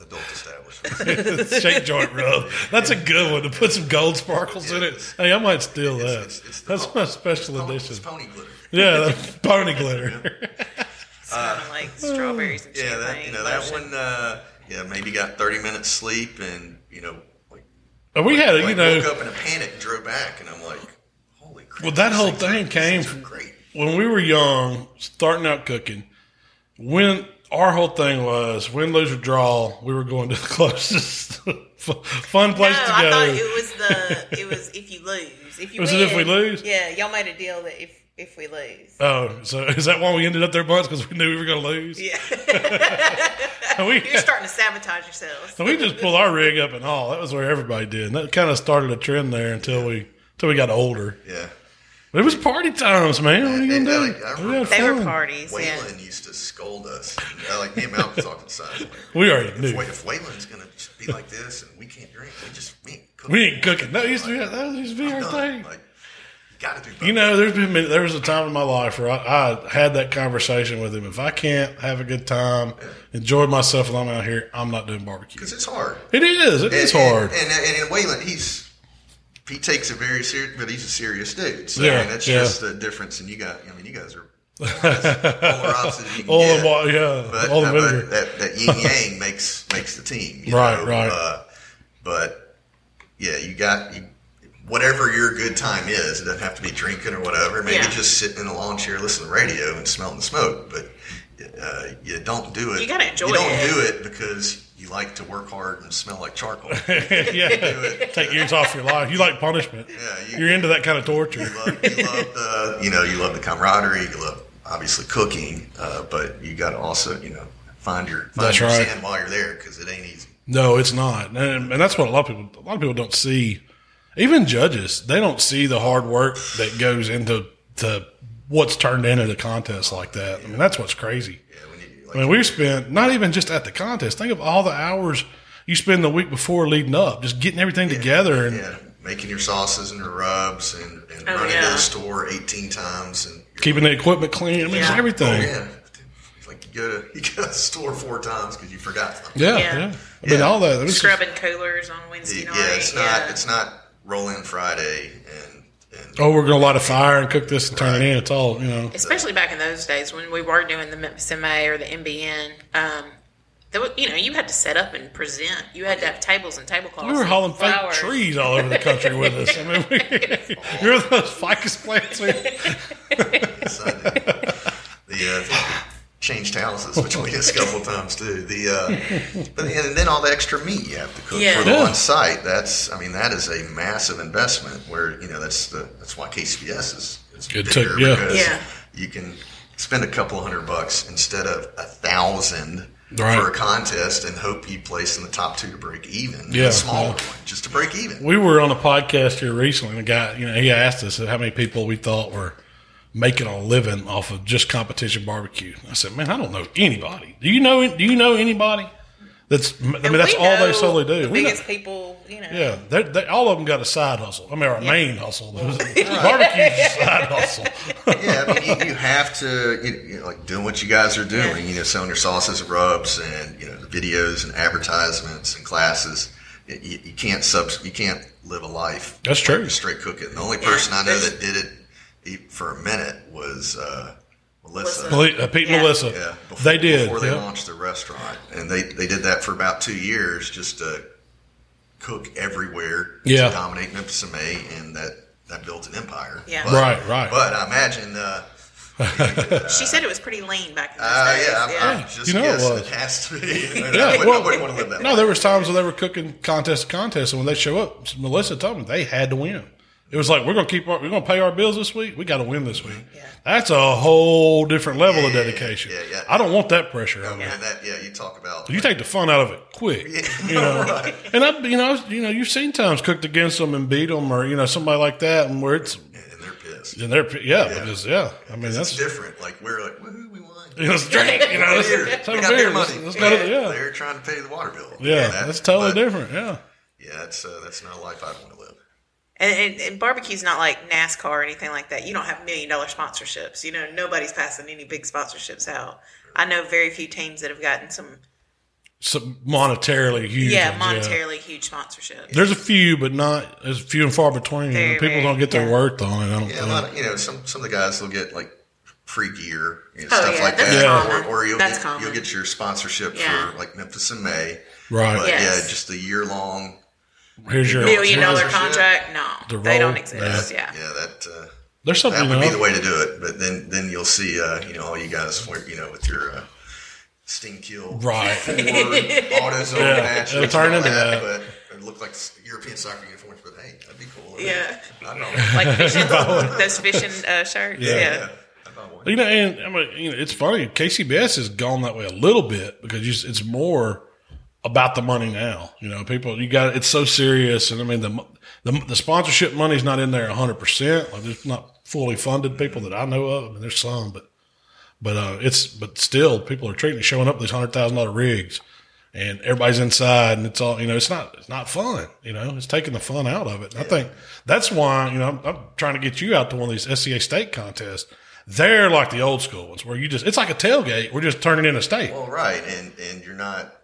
D: adult establishments.
B: Shake joint rub. That's a good one to put some gold sparkles in it. Hey, I might steal that.
D: it's- it's the
B: That's my
D: pony-
B: special
D: Pony-
B: edition.
D: It's pony glitter.
B: Yeah, that's pony glitter.
C: Smelling like strawberries and
D: Yeah, that, you know that one. Uh, yeah, maybe got 30 minutes sleep, and you know, like,
B: And we had, Uh, you
D: like,
B: know,
D: woke up in a panic, and drove back, and I'm like, holy crap!
B: Well, that
D: these
B: whole
D: things are-
B: thing
D: these
B: came
D: things are
B: from-
D: great.
B: when we were young, starting out cooking, when our whole thing was win, lose, or draw, we were going to the closest fu- fun
C: No,
B: place to
C: I
B: go.
C: thought it was the it was if you lose. If you
B: Was
C: win,
B: it if we lose?
C: Yeah, y'all made a deal that if if we lose.
B: Oh, so is that why we ended up there once? Because we knew we were going to lose.
C: Yeah.
B: And we
C: You're starting to sabotage yourselves.
B: so we just pulled our rig up and all. That was where everybody did, and that kind of started a trend there until we until we got older.
D: Yeah.
B: But it was party times, man. What are you
D: And-
B: going
D: and,
B: to
D: like, I
B: do? We had
C: They were
B: fun.
C: parties. Yeah.
D: Waylon used to scold us. You know, like me and Malcolm talked inside. Like,
B: We already
D: if,
B: knew.
D: Wa- if Waylon's gonna just be like this and we can't drink, we just we ain't cooking.
B: We ain't cooking. That used to be, that used to be our thing.
D: Like, gotta do both.
B: You know, there's been many, there was a time in my life where I, I had that conversation with him. If I can't have a good time, enjoy myself while I'm out here, I'm not doing barbecue.
D: because it's hard.
B: It is. It is hard.
D: And and, and, Waylon, he's he takes it very serious, but he's a serious dude. So I
B: Yeah,
D: mean, that's
B: yeah.
D: just the difference. And you got, I mean, you guys are polar opposite. You can
B: All
D: get.
B: in water, yeah.
D: But,
B: All in
D: but
B: vinegar.
D: that, that yin yang makes makes the team. you
B: Right,
D: know?
B: right.
D: Uh, but yeah, you got you, whatever your good time is. It doesn't have to be drinking or whatever. Maybe
C: Yeah.
D: just sitting in a lawn chair, listening to the radio, and smelling the smoke. But uh, you don't do it.
C: You gotta enjoy
D: You don't
C: it.
D: do it because you like to work hard and smell like charcoal.
B: yeah. Take years off your life. You like punishment.
D: Yeah, you-
B: you, are into that kind of torture.
D: you love, you love the you know you love the camaraderie. You love obviously cooking, uh, but you got to also you know find your find
B: That's
D: your
B: right.
D: sand while you're there because it ain't easy.
B: No, it's not, and, and that's what a lot of people. A lot of people don't see. Even judges, they don't see the hard work that goes into to what's turned into the contest like that. I mean, that's what's crazy.
D: Yeah, when you, like,
B: I mean, we spent not even just at the contest. Think of all the hours you spend the week before leading up, just getting everything together. And
D: Yeah, making your sauces and your rubs and, and
C: Oh,
D: running to
C: yeah.
D: the store 18 times. and
B: keeping the equipment clean. I mean, it's
C: Yeah.
B: everything.
D: Yeah. It's Like you go to, you go to the store four times because you forgot something.
B: Yeah, yeah.
C: Yeah.
B: I mean,
D: Yeah.
B: all that. It was just-
C: Scrubbing coolers on Wednesday
D: Yeah,
C: night.
D: it's not it's not roll in Friday and, and
B: oh, we're going to light a fire and cook this and turn it in. It's all, you know.
C: Especially back in those days when we were doing the Memphis MA or the MBN. Um, there was, you know, you had to set up and present. You had to have tables and tablecloths.
B: We were
C: and
B: hauling fake
C: flowers.
B: trees all over the country with us. I mean, we, you're those ficus plants. We,
D: Sunday. the uh, changed houses between us a couple times too. The uh, but and then all the extra meat you have to cook
C: Yeah.
D: for the
B: Yeah.
D: one site. That's I mean that is a massive investment. Where you know that's the that's why KCBS is is
B: Good
D: bigger
B: tip, yeah.
D: because
C: Yeah.
D: you can spend a couple hundred bucks instead of a thousand.
B: Right.
D: For a contest and hope you place in the top two to break even.
B: Yeah,
D: a smaller
B: yeah.
D: one, just to break even.
B: we were on a podcast here recently, and a guy, you know, he asked us how many people we thought were making a living off of just competition barbecue. I said, man, I don't know anybody. Do you know? Do you know anybody? That's I mean that's all they solely do.
C: The
B: We know-
C: biggest people, you know.
B: yeah, they, they, all of them got a side hustle. I mean, or a main hustle. Barbecue's a side hustle.
D: yeah, I mean, you, you have to you, you know, like doing what you guys are doing. You know, selling your sauces and rubs, and you know the videos and advertisements and classes. You, you- you can't sub. You can't live a life.
B: That's true.
D: Straight cooking. The only person I know that did it e- for a minute was uh,
C: Melissa.
D: Melissa.
B: Meli- uh, Pete and
C: Yeah.
B: Melissa,
D: Yeah, before,
B: they did.
D: before they
B: yeah.
D: launched the restaurant, and they they did that for about two years just to cook everywhere
B: Yeah.
D: to dominate Memphis and May, and that that built an empire.
C: Yeah.
D: But-
B: Right, right.
D: But I imagine. Uh,
C: She said it was pretty lean back in those
D: Uh,
C: days.
D: yeah, I'm,
C: yeah.
D: I'm just
B: You know it
D: guessing
B: was.
D: it, has to be.
B: Yeah,
D: I, wouldn't,
B: well,
D: I wouldn't want to live that.
B: No, there was times when they were cooking contest to contest, and when they show up, Melissa told me they had to win. It was like we're gonna keep our, we're gonna pay our bills this week. We got to win this week. That's a whole different level of dedication.
D: yeah, yeah.
B: I don't want that pressure.
D: I
B: on
D: mean,
B: me.
D: that, yeah, you talk about.
B: You take the fun out of it quick. You know, and I, you know, I was- you know, you've seen times cooked against them and beat them, or you know, somebody like that, and where it's
D: and they're pissed.
B: and they're yeah, because yeah, I mean
D: it's
B: that's
D: different. Like we're like, woohoo, we won.
B: you know, it's drink, you know, let's,
D: Beer.
B: let's
D: We
B: have a
D: got beer
B: beer, let's,
D: money.
B: let's go to the-
D: Yeah,
B: yeah,
D: They're trying to pay the water bill.
B: yeah,
D: that-
B: that's totally
D: but,
B: different, yeah.
D: Yeah, it's uh, that's not a life I want to live.
C: And, and, and barbecue's not like NASCAR or anything like that. You don't have million dollar sponsorships. You know, nobody's passing any big sponsorships out. I know very few teams that have gotten some,
B: So monetarily huge,
C: yeah,
B: ones,
C: monetarily huge sponsorships.
B: There's a few, but not as few and far between.
C: Very,
B: People
C: very,
B: don't get their
C: yeah.
B: worth on it. I don't
D: Yeah, a
B: think.
D: lot of, you know, some some of the guys will get like free gear and
C: Oh,
D: stuff
C: yeah,
D: like
C: that's
D: that.
C: common.
D: Or, or you'll
C: That's
D: get,
C: common.
D: you'll get your sponsorship
C: Yeah.
D: for like Memphis in May.
B: Right.
D: But
C: Yes.
D: yeah, just the year long.
B: Here's your
C: Million dollar
D: sponsorship.
C: contract? No,
B: The
C: they
B: role,
C: don't exist. Yeah.
D: Yeah, that uh,
B: There's something.
D: that would
B: you
D: be
B: know,
D: the way to do it. But then then you'll see uh, you know all you guys wear, you know with your uh, steam kill
B: Right.
D: Ford, AutoZone
B: Yeah,
D: matches
B: it'll turn
D: and all
B: into that.
D: But it looked like s- European soccer uniforms. But hey, that'd be cool.
C: Yeah.
D: I don't know.
C: Like fishing, those fishing uh, shirts. Yeah.
D: Yeah, I bought one.
B: You know, and I mean, you know, it's funny. KCBS has gone that way a little bit because you, it's more about the money now. You know, people, you got it's so serious, and I mean the mo- the, the sponsorship money's not in there hundred percent. Like there's not fully funded people that I know of. I mean, there's some, but but uh, it's but still, people are treating showing up with these hundred thousand dollar rigs, and everybody's inside, and it's all you know. It's not it's not fun. You know, it's taking the fun out of it. And I think that's why you know I'm, I'm trying to get you out to one of these SCA state contests. They're like the old school ones where you just it's like a tailgate. We're just turning in a state.
D: Well, right, and and you're not,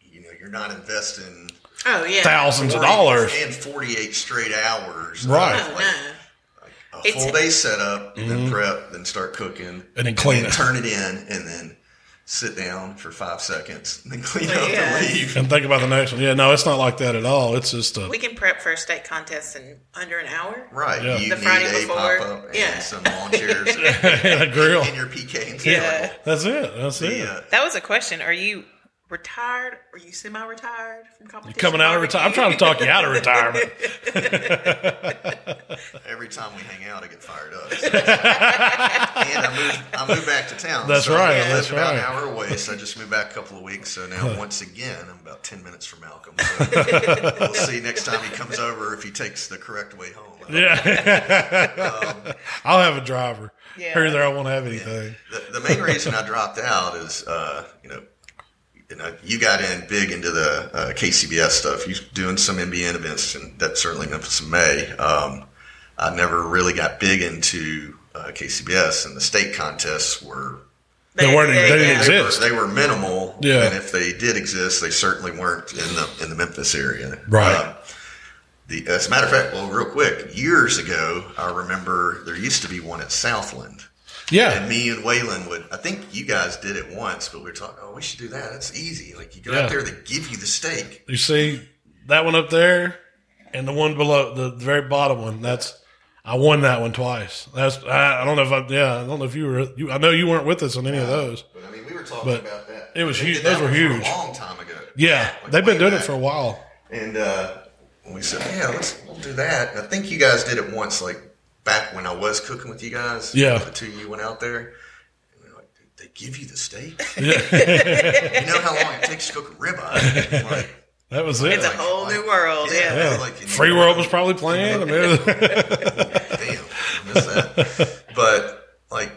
D: you know, you're not investing
C: Oh, yeah.
B: Thousands of
D: 40
B: dollars.
D: and 48 straight hours, of,
B: Right.
C: Oh,
D: like,
C: no.
D: a
C: It's-
D: full day setup, and then prep, then start cooking,
B: Mm-hmm. And then clean it.
D: turn it in, and then sit down for five seconds, and then clean up
C: Yeah.
D: and leave.
B: And think about the next one. Yeah, no, it's not like that at all. It's just a
C: We can prep for a state contest in under an hour.
D: Right,
B: Yeah.
D: you
C: The
D: need
C: Friday
D: a
C: before.
D: pop up and
C: Yeah.
D: some lawn chairs
B: and a grill.
D: and your PK and
C: Yeah.
B: That's it. That's it.
D: Yeah,
C: That was a question. Are you retired? Are you semi-retired from competition?
B: Coming out of retirement. I'm trying to talk you out of retirement.
D: every time we hang out, I get fired up. So- and I moved, I moved back to town.
B: That's
D: so I
B: right,
D: live
B: that's
D: about
B: right.
D: an hour away, so I just moved back a couple of weeks. So now, once again, I'm about 10 minutes from Malcolm. So we'll see next time he comes over if he takes the correct way home.
B: Yeah. I'll have a driver.
C: Yeah.
B: Here or there, I won't have anything.
D: The, the main reason I dropped out is, uh, you know, you know, you got in big into the uh, KCBS stuff. You doing some NBN events, and that's certainly Memphis in May. Um, I never really got big into uh, KCBS, and the state contests were
B: They weren't- they didn't
C: yeah.
B: exist.
D: they were, they were minimal.
B: Yeah.
D: and if they did exist, they certainly weren't in the in the Memphis area. Um,
B: Right.
D: the, as a matter of fact, well, real quick, years ago, I remember there used to be one at Southland. And
B: Yeah.
D: me and Waylon would. I think you guys did it once, but we were talking. Oh, we should do that. That's easy. Like you go
B: Yeah.
D: out there, they give you the steak.
B: You see that one up there and the one below the, the very bottom one. That's I won that one twice. That's I, I don't know if I yeah, I don't know if you were you I know you weren't with us on any of those.
D: But I mean, we were talking
B: But
D: about that.
B: it was
D: They
B: huge.
D: did
B: Those
D: that
B: were
D: one for
B: huge.
D: A long time ago.
B: Yeah.
D: Like,
B: They've been
D: way
B: doing it
D: back.
B: for a while.
D: And uh, we said, yeah, let's we'll do that. And I think you guys did it once, like back when I was cooking with you guys.
B: Yeah.
D: the two of you went out there. And we were like, "Dude, They give you the steak. you know how long it takes to cook a ribeye. Like,
B: That was it.
C: It's a whole new world. Yeah.
B: yeah.
D: like, you know,
B: Free World was probably playing. I mean,
D: damn, I miss that. but like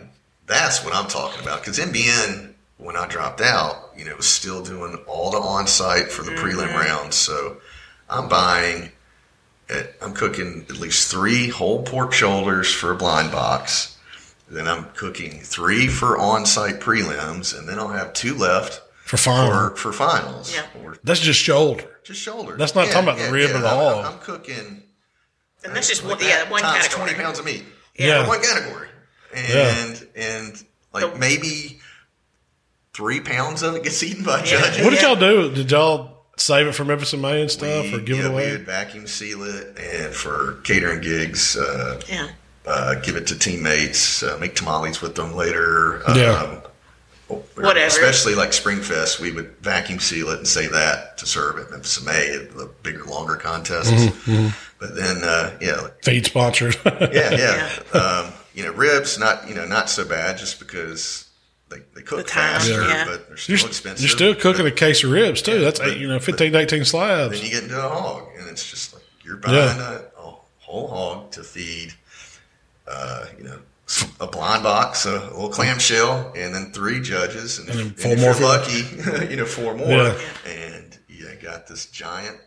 D: that's what I'm talking about because NBN when I dropped out, you know, was still doing all the on-site for the prelim rounds. So I'm buying, at, I'm cooking at least three whole pork shoulders for a blind box. Then I'm cooking three for on-site prelims, and then I'll have two left
B: For farm.
D: for, for finals
C: Yeah.
D: or
B: That's just shoulder.
D: just shoulders.
B: That's not talking about the rib or the
D: I'm-
B: hog.
D: I'm, I'm cooking
C: And that's just
D: like
C: one, yeah,
D: that
C: one
D: times
C: category.
D: twenty pounds of meat.
B: Yeah.
D: in one category, and and like
C: The-
D: maybe three pounds of it gets eaten by
C: Yeah.
D: judges.
B: What did y'all do? Did y'all save it for Memphis and May and stuff or
D: We-
B: give it
D: yeah, We
B: away?
D: would vacuum seal it, and for catering gigs, uh,
C: Yeah.
D: uh, give it to teammates, uh, make tamales with them later. Um,
B: Yeah.
D: or
C: Whatever.
D: Especially like Springfest, we would vacuum seal it and save that to serve at Memphis in May, at the bigger, longer contests.
B: Mm-hmm,
D: But then, uh, yeah,
B: Feed sponsors.
D: yeah, yeah. Um, you know, ribs not you know not so bad just because they, they cook
C: The time,
D: faster,
C: yeah.
D: but they're still
B: you're,
D: expensive.
B: you're still cooking a
D: But
B: case of ribs too. That's eight,
D: but-
B: you know, 15, 18 slabs.
D: then you get into a hog, and it's just like you're buying
B: Yeah.
D: a, a whole hog to feed, uh, you know, s- a blind box, a little clamshell, and then three judges, and,
B: And then
D: if,
B: four
D: and
B: more
D: if you're lucky, you know, four more,
B: Yeah.
D: and you got this giant.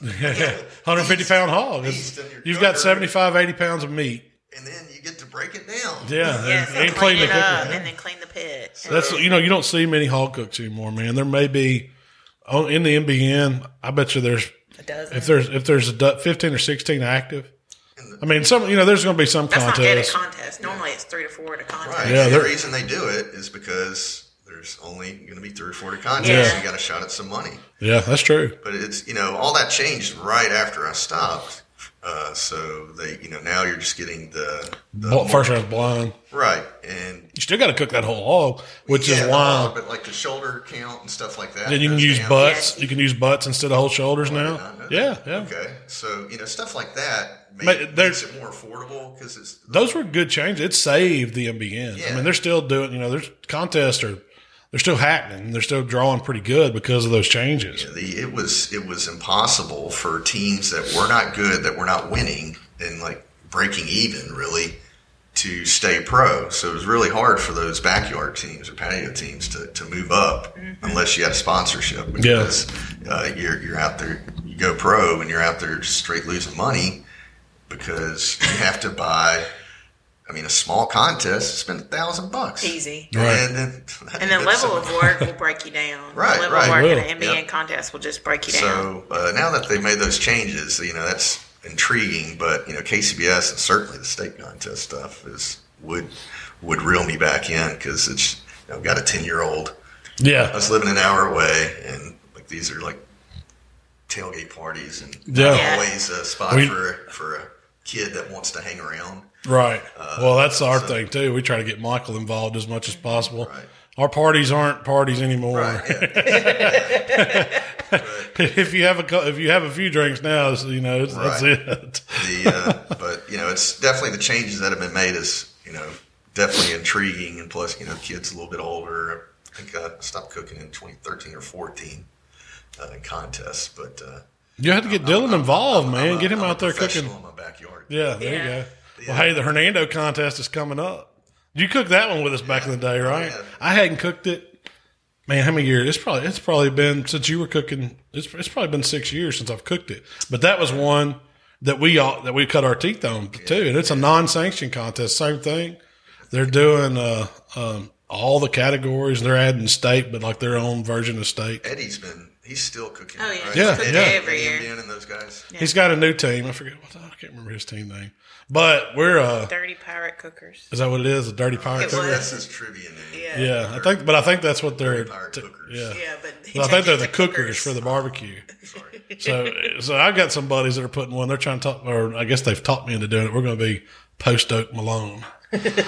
B: 150 pound hog.
D: Beast
B: It's-
D: in your
B: You've got
D: cupboard.
B: 75, 80 pounds of meat.
D: And then you get to break it down.
B: Yeah.
C: Yes,
B: and-
C: and
B: and
C: clean
B: the
C: it up
B: cooker.
C: and then clean the pit.
B: That's you know you don't see many hog cooks anymore, man. There may be on in the NBN. I bet you there's
C: a dozen.
B: if there's if there's a du- fifteen or sixteen active. I mean, some you know there's going to be some
C: That's not at a
B: contest.
C: contest. Normally it's three to four at a contest.
D: Right.
B: Yeah,
D: and the
B: they're-
D: reason they do it is because there's only going to be three or four to contest.
C: Yeah.
D: You got a shot at some money.
B: Yeah, that's true.
D: But it's you know all that changed right after I stopped. Uh, so they you know now you're just getting the, the
B: Bl- First round's blind.
D: right and
B: You still got to cook that whole hog, which
D: yeah,
B: is
D: the hog,
B: why
D: But like the shoulder count and stuff like that.
B: then you can
D: goes
B: use
D: down. Oh,
B: butts. You can use butts instead of whole shoulders now.
D: I know that.
B: Yeah, yeah.
D: Okay, so you know stuff like that ma-
B: But there's-
D: makes it more affordable because it's
B: Those were good changes. It saved the NBN. I
D: Yeah.
B: mean, they're still doing. You know, there's contests are they're still happening. They're still drawing pretty good because of those changes.
D: the, it was it was impossible for teams that were not good, that were not winning, and like breaking even really to stay pro. So it was really hard for those backyard teams or patio teams to, to move up
C: Mm-hmm.
D: unless you had a sponsorship because uh, you're you're out there you go pro and you're out there just straight losing money because you have to buy. I mean, a small contest spend a thousand bucks
C: Easy.
D: and then
C: And the
D: that's-
C: level of work will break you down.
D: Right,
C: The level
D: right.
B: Will.
C: of work in an NBN
D: Yep.
C: contest will just break you down.
D: So uh, now that they've made those changes, you know that's intriguing. But you know KCBS and certainly the state contest stuff is would would reel me back in because it's you know, I've got a ten year old
B: Yeah,
D: that's living an hour away, and like these are like tailgate parties and
B: Yeah.
C: Yeah.
D: always a spot
B: We-
D: for for a kid that wants to hang around.
B: Right. well, that's our thing too. We try to get Michael involved as much as possible.
D: Uh, Right.
B: Our parties aren't parties anymore.
D: Right.
B: if you have a cou- if you have a few drinks now, it's, you know it's, that's it.
D: the uh, but you know it's definitely the changes that have been made is you know definitely intriguing and plus you know the kids a little bit older i think i stopped cooking in 2013 or 14 uh, in contests but uh
B: You have to get Dylan involved, man.
D: I'm a-
B: get him
D: I'm a
B: out there cooking.
D: professional in my backyard
B: Yeah, there
C: Yeah.
B: you go. Well, hey, the Hernando contest is coming up. You cooked that one with us back in the day, right?
D: yeah.
B: I hadn't cooked it. Man, how many years? It's probably it's probably been since you were cooking. It's it's probably been six years since I've cooked it. But that was one that we all that we cut our teeth on too, and it's a non-sanctioned contest. Same thing. They're doing uh, um, all the categories. They're adding state, but like their own version of state.
D: eddie's been he's still cooking
C: Oh, yeah.
D: right?
B: Yeah,
D: Eddie,
B: yeah.
C: Every year.
D: Eddie and those guys
B: He's got a new team. I forget what I can't remember his team name, but we're uh,
C: Dirty pirate cookers.
B: is that what it is? A dirty pirate.
C: It
B: Cook?
C: was.
D: that's his trivia name
C: Yeah.
B: Yeah, I think, but I think that's what they're.
D: Pirate
B: t-
D: cookers.
B: yeah,
C: Yeah, but he
B: Well, I think
C: changed
B: they're
C: it
B: the
C: to
B: cookers for the barbecue. So, so I've got some buddies that are putting one. They're trying to talk, or I guess they've taught me into doing it. We're going to be post Oak Malone.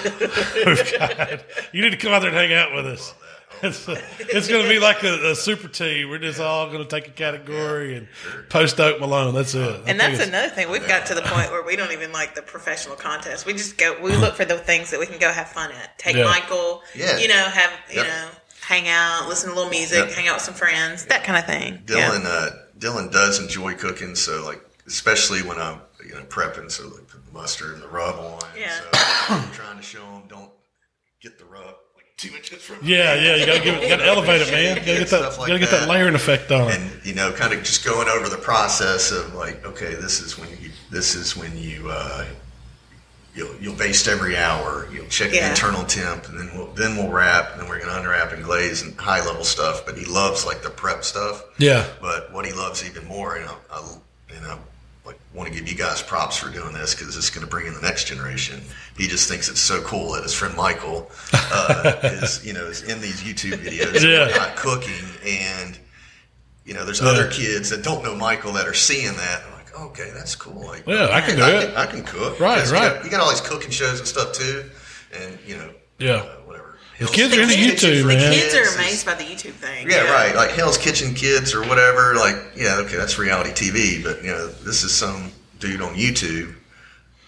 B: We've got- you need to come out there and hang out with us. It's, it's going to be like a, a super tea. We're just all going to take a category and post Oak Malone. That's it. I think
C: And that's
B: it's-
C: another thing. We've got to the point where we don't even like the professional contests. We just go. We look for the things that we can go have fun at. Take
B: Yeah.
C: Michael.
D: Yeah.
C: You know, have you
D: Yep.
C: know, hang out, listen to a little music,
D: Yep.
C: hang out with some friends, that kind of thing.
D: Dylan,
C: Yeah.
D: uh, Dylan does enjoy cooking, so like especially when I'm you know prepping, so like put the mustard and the rub on.
C: Yeah.
D: So I'm trying to show him don't get the rub, like two inches from
B: Yeah, yeah, you gotta give it, you gotta elevate it, man. You gotta get that,
D: Stuff like
B: you gotta get that
D: that.
B: layering effect on it.
D: and you know kind of just going over the process of like okay this is when you this is when you uh, you'll you'll baste every hour you'll check the
C: Yeah.
D: internal temp and then we'll then we'll wrap and then we're gonna unwrap and glaze and high level stuff but he loves like the prep stuff
B: Yeah,
D: but what he loves even more and I, I and I like want to give you guys props for doing this because it's going to bring in the next generation. He just thinks it's so cool that his friend Michael uh, is you know is in these YouTube videos
B: Yeah.
D: and not cooking and you know there's other kids that don't know Michael that are seeing that. and like, Okay, that's cool. Like,
B: Yeah, I can do
D: I
B: it.
D: Can, I can cook.
B: Right,
D: 'Cause you
B: right.
D: got- You got all these cooking shows and stuff too, and you know,
B: Yeah.
D: uh, whatever. The
B: kids are into YouTube, man.
C: Kids are amazed by the YouTube thing.
D: yeah, right. Like Hell's Kitchen Kids or whatever. Like, yeah, okay, that's reality TV, but you know, this is some dude on YouTube.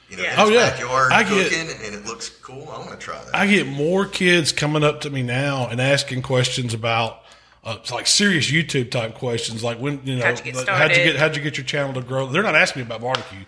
D: You know,
C: Yeah.
D: in his
B: Oh, yeah.
D: backyard
B: I get-
D: cooking, and it looks cool. I want to try that.
B: I get more kids coming up to me now and asking questions about uh, it's like serious YouTube type questions, like when you know
C: How'd you get
B: like, how'd you
C: started?
B: get how'd you get your channel to grow? They're not asking me about barbecue.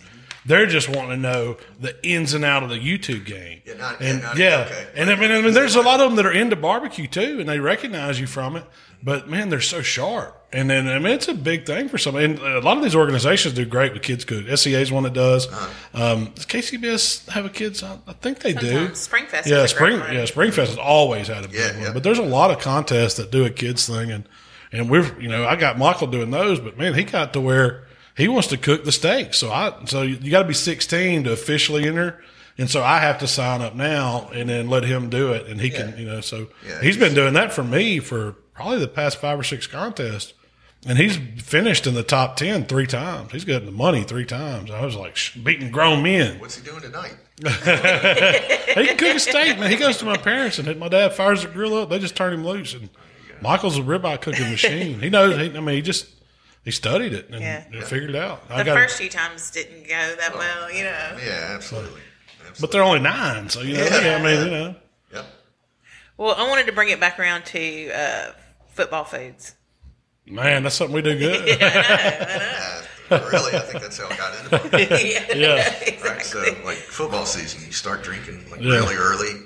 B: They're just wanting to know the ins and out of the YouTube game.
D: Yeah, not- yeah,
B: and
D: not-
B: yeah,
D: okay.
B: and I mean, I mean, there's a lot of them that are into barbecue too, and they recognize you from it. But man, they're so sharp, and then I mean, it's a big thing for some. And a lot of these organizations do great with kids cook. SEA is one that does.
D: Uh-huh.
B: Um, does KCBS have a kids? I, I think they do.
C: Sometimes. Springfest is
B: Yeah,
C: a great
B: spring.
C: one.
B: Yeah, Springfest has always had a big
D: Yeah,
B: one,
D: yeah.
B: but there's a lot of contests that do a kids thing, and and we're you know I got Michael doing those, but man, he got to where he wants to cook the steak. So I so you, got to be 16 to officially enter, and so I have to sign up now and then let him do it, and he can you know so
D: Yeah,
B: he's been doing that for me for probably the past five or six contests. And he's finished in the top 10 three times. He's gotten the money three times. I was like, sh- beating grown men.
D: What's he doing tonight?
B: He can cook a steak, man. He goes to my parents, and my dad fires the grill up. They just turn him loose, and Michael's a ribeye cooking machine. He knows. He, I mean, he just he studied it and,
C: Yeah.
B: and figured it out. I
C: The
B: got,
C: first few times didn't go that
D: Oh,
C: well, you know.
D: Yeah, absolutely. absolutely.
B: but they're only nine, so you know.
D: Yeah.
B: I mean, you know.
D: yep.
C: Well, I wanted to bring it back around to uh, football foods.
B: Man, that's something we do good.
D: Uh, really, I think that's how I got into it.
C: yeah.
B: yeah,
D: Right. So, like football season, you start drinking like
B: Yeah.
D: really early.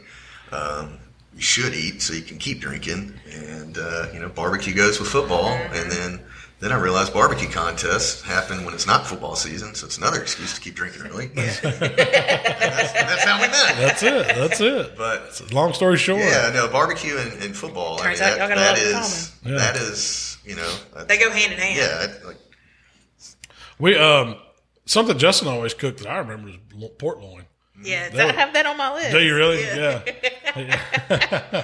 D: Um, you should eat so you can keep drinking, and uh, you know barbecue goes with football.
C: Mm-hmm.
D: And then then I realized barbecue contests happen when it's not football season, so it's another excuse to keep drinking early. that's, that's how we met.
B: that's it. That's it.
D: But
B: Long story short,
D: yeah, no barbecue and, and football.
C: Turns
D: I
C: out y'all
D: mean, that,
C: got a
D: that
C: lot in
D: is
B: common. Yeah.
D: that is you know uh,
C: They go hand in hand.
D: yeah I- like
B: we um something Justin always cooked that I remember is lo- port loin.
C: Yeah, I have that on my list.
B: Do Mm-hmm. you really? Yeah.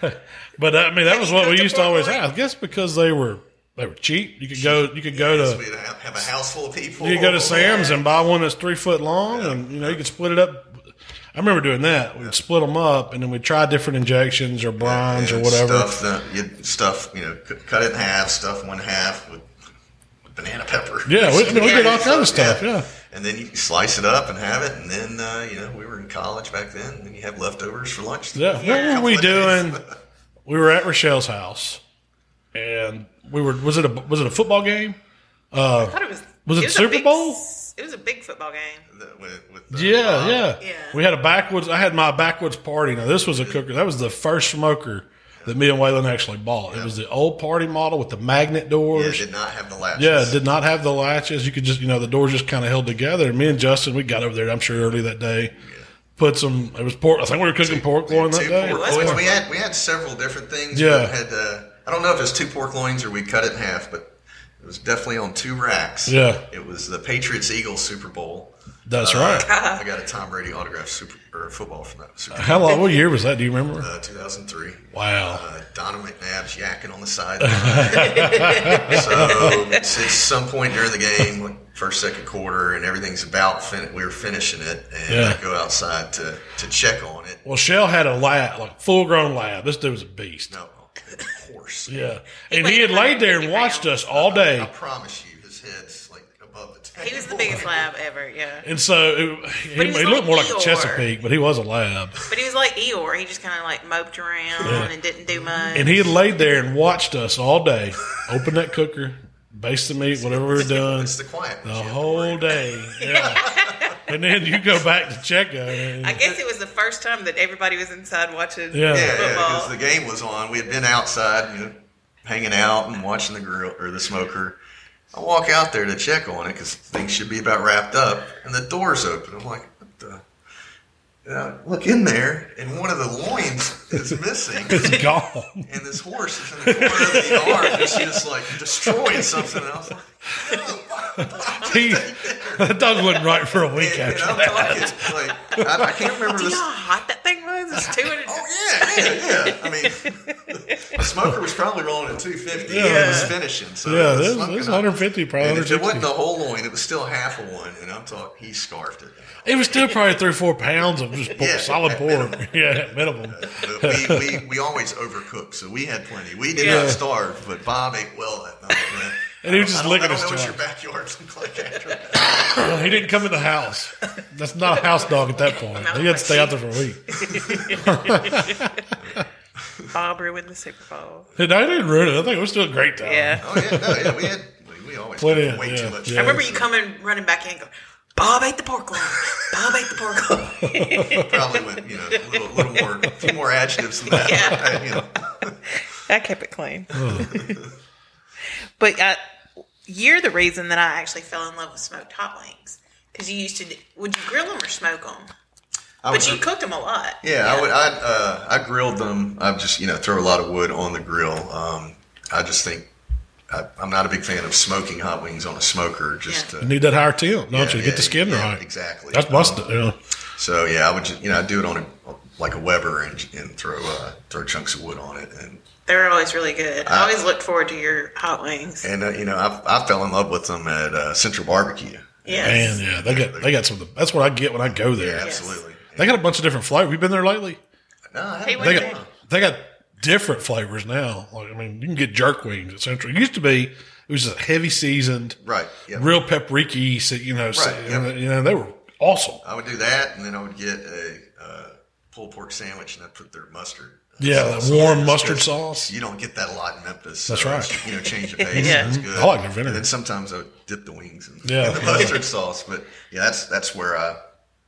B: but I mean, that was what we
C: cooked a
B: used to
C: port
B: always
C: loin?
B: have. I guess because they were they were cheap. You could go. You could go to.
D: we have, have a house full of people.
B: You go to Sam's and buy one that's three foot long, and you know you could split it up. I remember doing that. We'd split them up, and then we'd try different injections or brines or
D: and
B: whatever.
D: Stuff, the, you, stuff you know, c- cut it in half, stuff one half with banana pepper.
B: Yeah, we, I mean, we did all kinds of
D: Yeah.
B: stuff. Yeah,
D: And then you slice it up and have it, and then uh, you know we were in college back then. And then you have leftovers for lunch.
B: yeah. What were we doing? We were at Rochelle's house, and we were. Was it a was it a football game?
C: I thought it was.
B: Was it
C: was a
B: Super
C: big
B: Bowl?
C: s- It was a big football game.
D: The- with- with the-
B: Yeah,
D: uh,
B: yeah,
C: Yeah.
B: We had a backwoods. I had my backwoods party. Now this was a cooker. That was the first smoker that me and Waylon actually bought. It was the old party model with the magnet
D: Yeah,
B: doors.
D: did not have the latches.
B: Yeah, it did not have the latches. You could just, you know, the doors just kind of held together. And me and Justin, we got over there, I'm sure, early that day. Put some, it was pork. I think we were cooking pork loin that
D: Two
B: day.
D: pork
C: Was
D: loins.
C: pork.
D: We had we had several different things.
B: Yeah.
D: but had uh, I don't know if it was two pork loins or we cut it in half, but it was definitely on two racks.
B: Yeah.
D: it was the Patriots Eagles Super Bowl.
B: That's
D: Uh,
B: right.
D: I got a Tom Brady autograph super or football from that Super Bowl,
B: How long, what year was that? Do you remember?
D: uh, 2003.
B: Uh-huh. Wow.
D: Uh, Donna McNabb's yakking on the sideline. so at some point during the game, like first second quarter, and everything's about fin- we were finishing it, and
B: Yeah.
D: I go outside to to check on it.
B: Well, Shell had a lab, like full grown lab. This dude was a beast.
D: No, of course.
B: Yeah.
C: He
B: and he had
C: weighed
B: laid there
C: 150
B: and watched us
C: pounds.
B: all
D: I
B: day.
D: promise you, his head's like above the table.
C: He was the biggest lab ever. Yeah,
B: And so it, he,
C: he was
B: he
C: like
B: looked more like a
C: Eeyore.
B: Chesapeake, but he was a lab.
C: but he was like Eeyore. He just kind of like moped around and didn't do much.
B: And he had laid there and watched us all day. Open that cooker, baste the meat, whatever we were doing.
D: It's the quiet.
B: The whole day. Yeah. and then you go back to Checo.
C: I
B: and-
C: guess it was the first time that everybody was inside watching
B: Yeah.
D: Yeah, yeah,
C: football.
D: because the game was on. We had been outside, you know, hanging out and watching the grill or the smoker. I walk out there to check on it because things should be about wrapped up, and the door's open. I'm like, what the? And I look in there, and one of the loins is missing,
B: It's gone.
D: and this horse is in the corner of the yard, just, just like destroying something. And I was like,
B: He, that dog wasn't right for a week
D: and, and
B: after
D: I'm
B: that.
D: talking, like, I, I can't remember
C: Do you know
D: this.
C: how hot that thing was? It's two hundred.
D: Oh yeah, yeah, yeah. I mean, the smoker was probably rolling at 250. Yeah,
B: Yeah.
D: it was finishing. So
B: Yeah,
D: it was
B: this,
D: fucking
B: this
D: up.
B: 150 probably.
D: And if it
B: 160.
D: wasn't the whole loin, it was still half a one. And I'm talking, he scarfed it.
B: It was still probably three or four pounds of just pork,
D: Yeah,
B: solid
D: at
B: pork. Yeah, at minimum.
D: But we, we, we always overcook, so we had plenty. We did
C: Yeah.
D: not starve, but Bob ate well that night. man.
B: And he was just
D: I don't,
B: licking
D: I don't
B: his
D: know what
B: jaw.
D: your backyards look like after that.
B: He didn't come in the house. That's not a house dog at that point. He had to stay out there for a week.
C: Bob ruined the Super Bowl.
B: And I didn't ruin it. I think it was still a great time.
C: Yeah.
D: Oh yeah, Oh, no, yeah, we had we, we always
B: Plenty,
D: cooked way
B: yeah,
D: too much.
B: yeah.
C: I remember you coming running back in, and going, "Bob ate the pork loin. Bob ate the pork loin."
D: Probably went, you know, a little, little more, a few more adjectives than that.
C: Yeah.
D: you know.
C: I kept it clean.
D: Oh.
C: but I, you're the reason that I actually fell in love with smoked hot wings because you used to. d- Would you grill them or smoke them?
D: I
C: But
D: was-
C: you cooked them a lot.
D: Yeah, I would. I uh, I grilled them. I just you know throw a lot of wood on the grill. Um, I just think I, I'm not a big fan of smoking hot wings on a smoker. Just
C: Yeah.
B: You
D: uh,
B: need that higher temp, don't you?
D: yeah,
B: Get the skin
D: yeah,
B: right.
D: exactly.
B: That's busted. yeah.
D: so yeah, I would just, you know I do it on a like a Weber and, and throw uh, throw chunks of wood on it and
C: They're always really good. I always look forward to your hot wings.
D: and uh, you know I, I fell in love with them at uh, Central Barbecue.
C: Yes.
B: Man, yeah, they got they got some. Of the, that's what I get when I go there.
D: Absolutely.
B: They got a bunch of different flavors. You been there lately?
D: No, I
C: Hey,
D: haven't-
C: what
B: They
C: do
B: got they got different flavors now. Like I mean, you can get jerk wings at Central. It used to be it was a heavy seasoned,
D: right. Yeah.
B: real papriki. so, You know, so-
D: Right, yeah.
B: you know they were awesome.
D: I would do that, and then I would get a uh, pulled pork sandwich, and I'd put their mustard. uh,
B: Yeah, that
D: sauce on
B: warm
D: it. It's
B: mustard
D: good.
B: sauce.
D: You don't get that a lot in Memphis.
B: That's
D: so
B: right.
D: it's, You know, change of pace.
C: Yeah.
D: It's good.
B: I like their vinegar.
D: And then sometimes I would dip the wings in,
B: Yeah.
D: in the mustard sauce. But yeah, that's that's where I